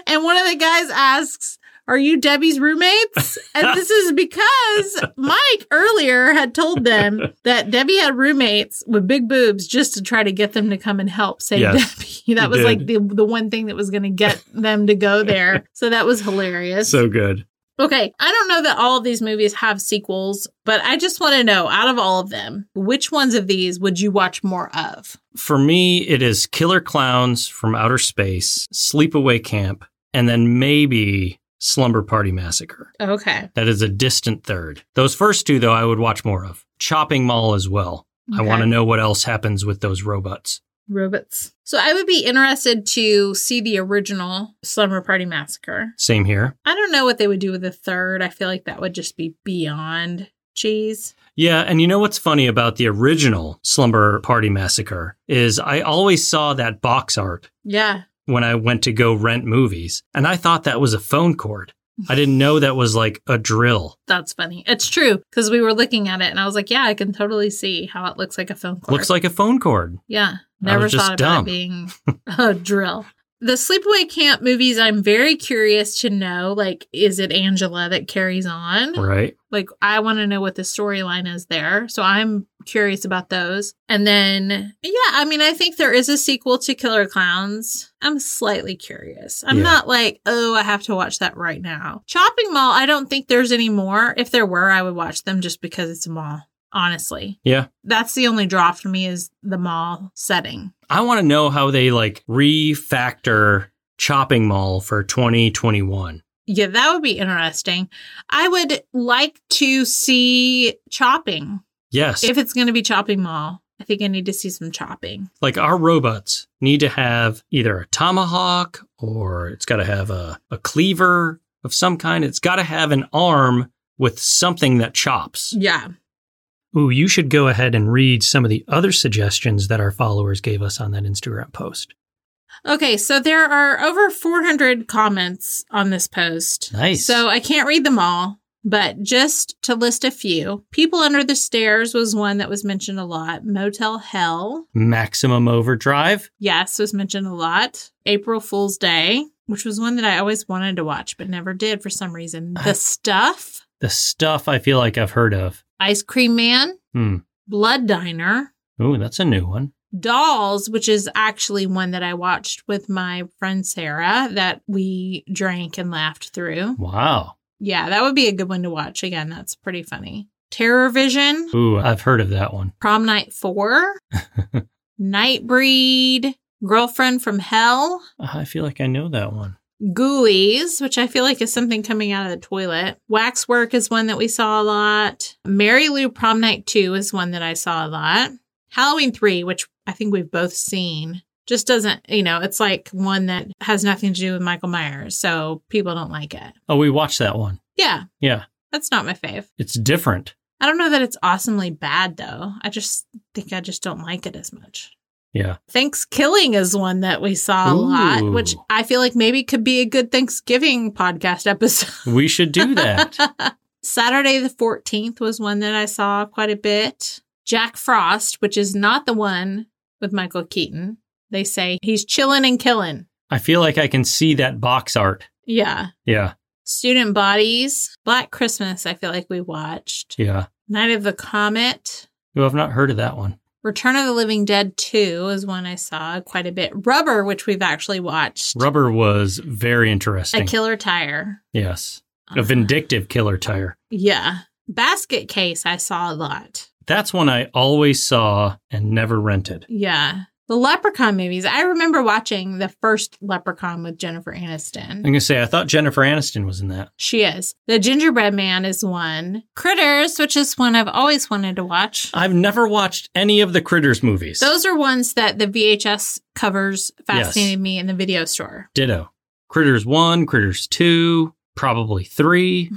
S1: and one of the guys asks, Are you Debbie's roommates? and this is because Mike earlier had told them that Debbie had roommates with big boobs just to try to get them to come and help save
S2: Yes,
S1: Debbie. That
S2: he
S1: was
S2: did.
S1: like the, the one thing that was going to get them to go there. So that was hilarious.
S2: So good.
S1: Okay, I don't know that all of these movies have sequels, but I just want to know out of all of them, which ones of these would you watch more of?
S2: For me, it is Killer Clowns from Outer Space, Sleepaway Camp, and then maybe Slumber Party Massacre.
S1: Okay.
S2: That is a distant third. Those first two, though, I would watch more of. Chopping Mall as well. I
S1: Okay.
S2: want to know what else happens with those robots.
S1: robots. So I would be interested to see the original Slumber Party Massacre.
S2: Same here.
S1: I don't know what they would do with the third. I feel like that would just be beyond cheese.
S2: Yeah, and you know what's funny about the original Slumber Party Massacre is I always saw that box art
S1: Yeah.
S2: when I went to go rent movies, and I thought that was a phone cord. I didn't know that was like a drill
S1: That's funny. It's true because we were looking at it and I was like, yeah, I can totally see how it looks like a phone cord.
S2: Looks like a phone cord.
S1: Yeah.
S2: I
S1: Never
S2: was just
S1: thought about
S2: dumb.
S1: it being a drill. The sleepaway camp movies, I'm very curious to know like, is it Angela that carries on?
S2: Right.
S1: Like, I want to know what the storyline is there. So I'm curious about those. And then, yeah, I mean, I think there is a sequel to Killer Clowns. I'm slightly curious. I'm
S2: Yeah.
S1: not like, oh, I have to watch that right now. Chopping Mall, I don't think there's any more. If there were, I would watch them just because it's a mall, honestly.
S2: Yeah.
S1: That's the only draw for me is the mall setting.
S2: I want to know how they like refactor Chopping Mall for 2021.
S1: Yeah, that would be interesting. I would like to see Chopping
S2: Yes.
S1: if it's going to be Chopping Mall. I think I need to see some chopping.
S2: Like our robots need to have either a tomahawk or it's got to have a, a cleaver of some kind. It's got to have an arm with something that chops.
S1: Yeah.
S2: Ooh, you should go ahead and read some of the other suggestions that our followers gave us on that Instagram post.
S1: Okay, so there are over 400 comments on this post.
S2: Nice.
S1: So I can't read them all, but just to list a few People Under the Stairs was one that was mentioned a lot. Motel Hell,
S2: Maximum Overdrive.
S1: yes, was mentioned a lot. April Fool's Day, which was one that I always wanted to watch but never did for some reason. The Stuff,
S2: The stuff I feel like I've heard of.
S1: Ice Cream Man,
S2: Hmm.
S1: Blood Diner,
S2: Ooh, that's a new one.
S1: Dolls, which is actually one that I watched with my friend Sarah that we drank and laughed through.
S2: Wow.
S1: Yeah, that would be a good one to watch. Again, that's pretty funny. Terror Vision,
S2: Ooh, I've heard of that one.
S1: Prom Night 4, Nightbreed, Girlfriend from Hell,
S2: I feel like I know that one.
S1: Ghoulies, which I feel like is something coming out of the toilet. Waxwork is one that we saw a lot. Mary Lou Prom Night 2 is one that I saw a lot. Halloween 3, which I think we've both seen, just doesn't, you know, it's like one that has nothing to do with Michael Myers, so people don't like it.
S2: Oh, we watched that one.
S1: Yeah,
S2: Yeah.
S1: that's not my fave.
S2: It's different.
S1: I don't know that it's awesomely bad though. I just think I just don't like it as much.
S2: Yeah.
S1: Thanksgiving is one that we saw a lot,
S2: Ooh.
S1: which I feel like maybe could be a good Thanksgiving podcast episode.
S2: We should do that.
S1: Saturday the 14th was one that I saw quite a bit. Jack Frost, which is not the one with Michael Keaton. They say he's chilling and killing.
S2: I feel like I can see that box art.
S1: Yeah.
S2: Yeah.
S1: Student Bodies, Black Christmas, I feel like we watched.
S2: Yeah.
S1: Night of the Comet,
S2: Ooh, I've not heard of that one.
S1: Return of the Living Dead 2 is one I saw quite a bit. Rubber, which we've actually watched.
S2: Rubber was very
S1: A
S2: interesting.
S1: Killer Tire.
S2: yes.
S1: Uh,
S2: A vindictive killer tire.
S1: yeah. Basket Case, I saw a lot.
S2: That's one I always saw and never rented.
S1: Yeah. The Leprechaun movies. I remember watching the first Leprechaun with Jennifer
S2: I'm
S1: Aniston.
S2: going to say, I thought Jennifer Aniston was in that.
S1: She is. The Gingerbread Man is one. Critters, which is one I've always wanted to watch.
S2: I've never watched any of the Critters movies.
S1: Those are ones that the VHS covers fascinated
S2: Yes.
S1: me in the video store.
S2: Ditto. Critters 1, Critters 2, probably 3.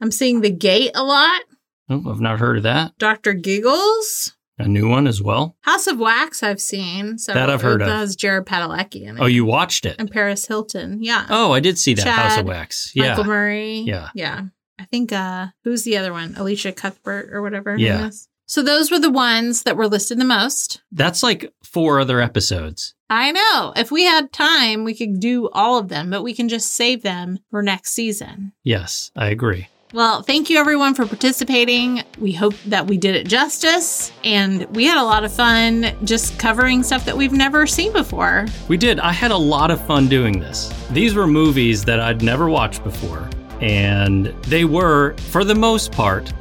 S1: I'm seeing The Gate a lot.
S2: Oh, I've not heard of that.
S1: Dr. Giggles.
S2: A new one as well.
S1: House of Wax, I've seen. So
S2: That I've heard
S1: it
S2: of.
S1: has Jared Padalecki in it.
S2: Oh, you watched it.
S1: and Paris Hilton. Yeah.
S2: Oh, I did see that
S1: Chad,
S2: House of Wax. Yeah.
S1: Michael Murray.
S2: Yeah.
S1: Yeah. I think uh who's the other one? Alicia Cuthbert or whatever. her
S2: Yeah.
S1: name is. So those were the ones that were listed the most.
S2: That's like four other episodes.
S1: I know. If we had time, we could do all of them, but we can just save them for next season.
S2: Yes, I agree.
S1: Well, thank you everyone for participating. We hope that we did it justice and we had a lot of fun just covering stuff that we've never seen before.
S2: We did. I had a lot of fun doing this. These were movies that I'd never watched before, and they were, for the most part,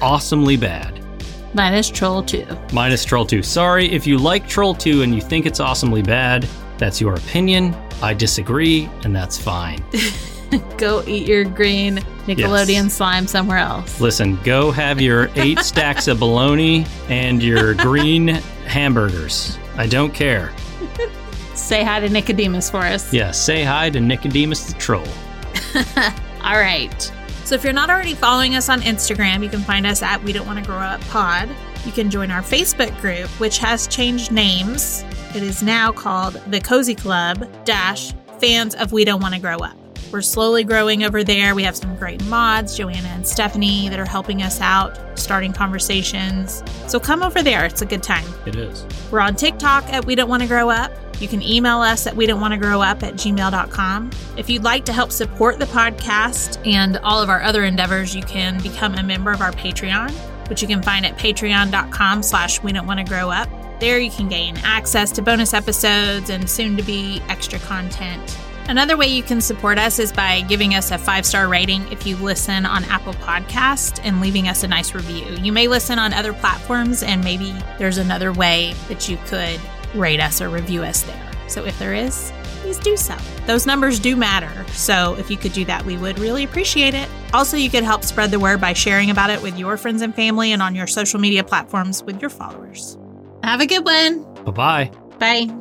S2: awesomely bad.
S1: Minus Troll 2.
S2: Minus Troll 2. Sorry, if you like Troll 2 and you think it's awesomely bad, that's your opinion. I disagree, and that's fine.
S1: go eat your green Nickelodeon slime somewhere else.
S2: Listen, go have your eight stacks of bologna and your green hamburgers. I don't care.
S1: Say hi to Nicodemus for us.
S2: Yeah, say hi to Nicodemus the Troll.
S1: All right. So if you're not already following us on Instagram, you can find us at We Don't Want to Grow Up Pod. You can join our Facebook group, which has changed names. It is now called the Cozy Club Dash Fans of We Don't Want to Grow Up. We're slowly growing over there. We have some great mods, Joanna and Stephanie, that are helping us out, starting conversations. So come over there. It's a good time.
S2: It is.
S1: We're on TikTok at We Don't Want to Grow Up. You can email us at we don't want to grow up at gmail.com. If you'd like to help support the podcast and all of our other endeavors, you can become a member of our Patreon, which you can find at patreon.com slash we don't want to grow up. There you can gain access to bonus episodes and soon to be extra content. Another way you can support us is by giving us a five star rating if you listen on Apple Podcast and leaving us a nice review. You may listen on other platforms, and maybe there's another way that you could rate us or review us there. So if there is, please do so. Those numbers do matter. So if you could do that, we would really appreciate it. Also, you could help spread the word by sharing about it with your friends and family and on your social media platforms with your followers.
S2: Have a good one.
S1: Bye bye.
S2: Bye.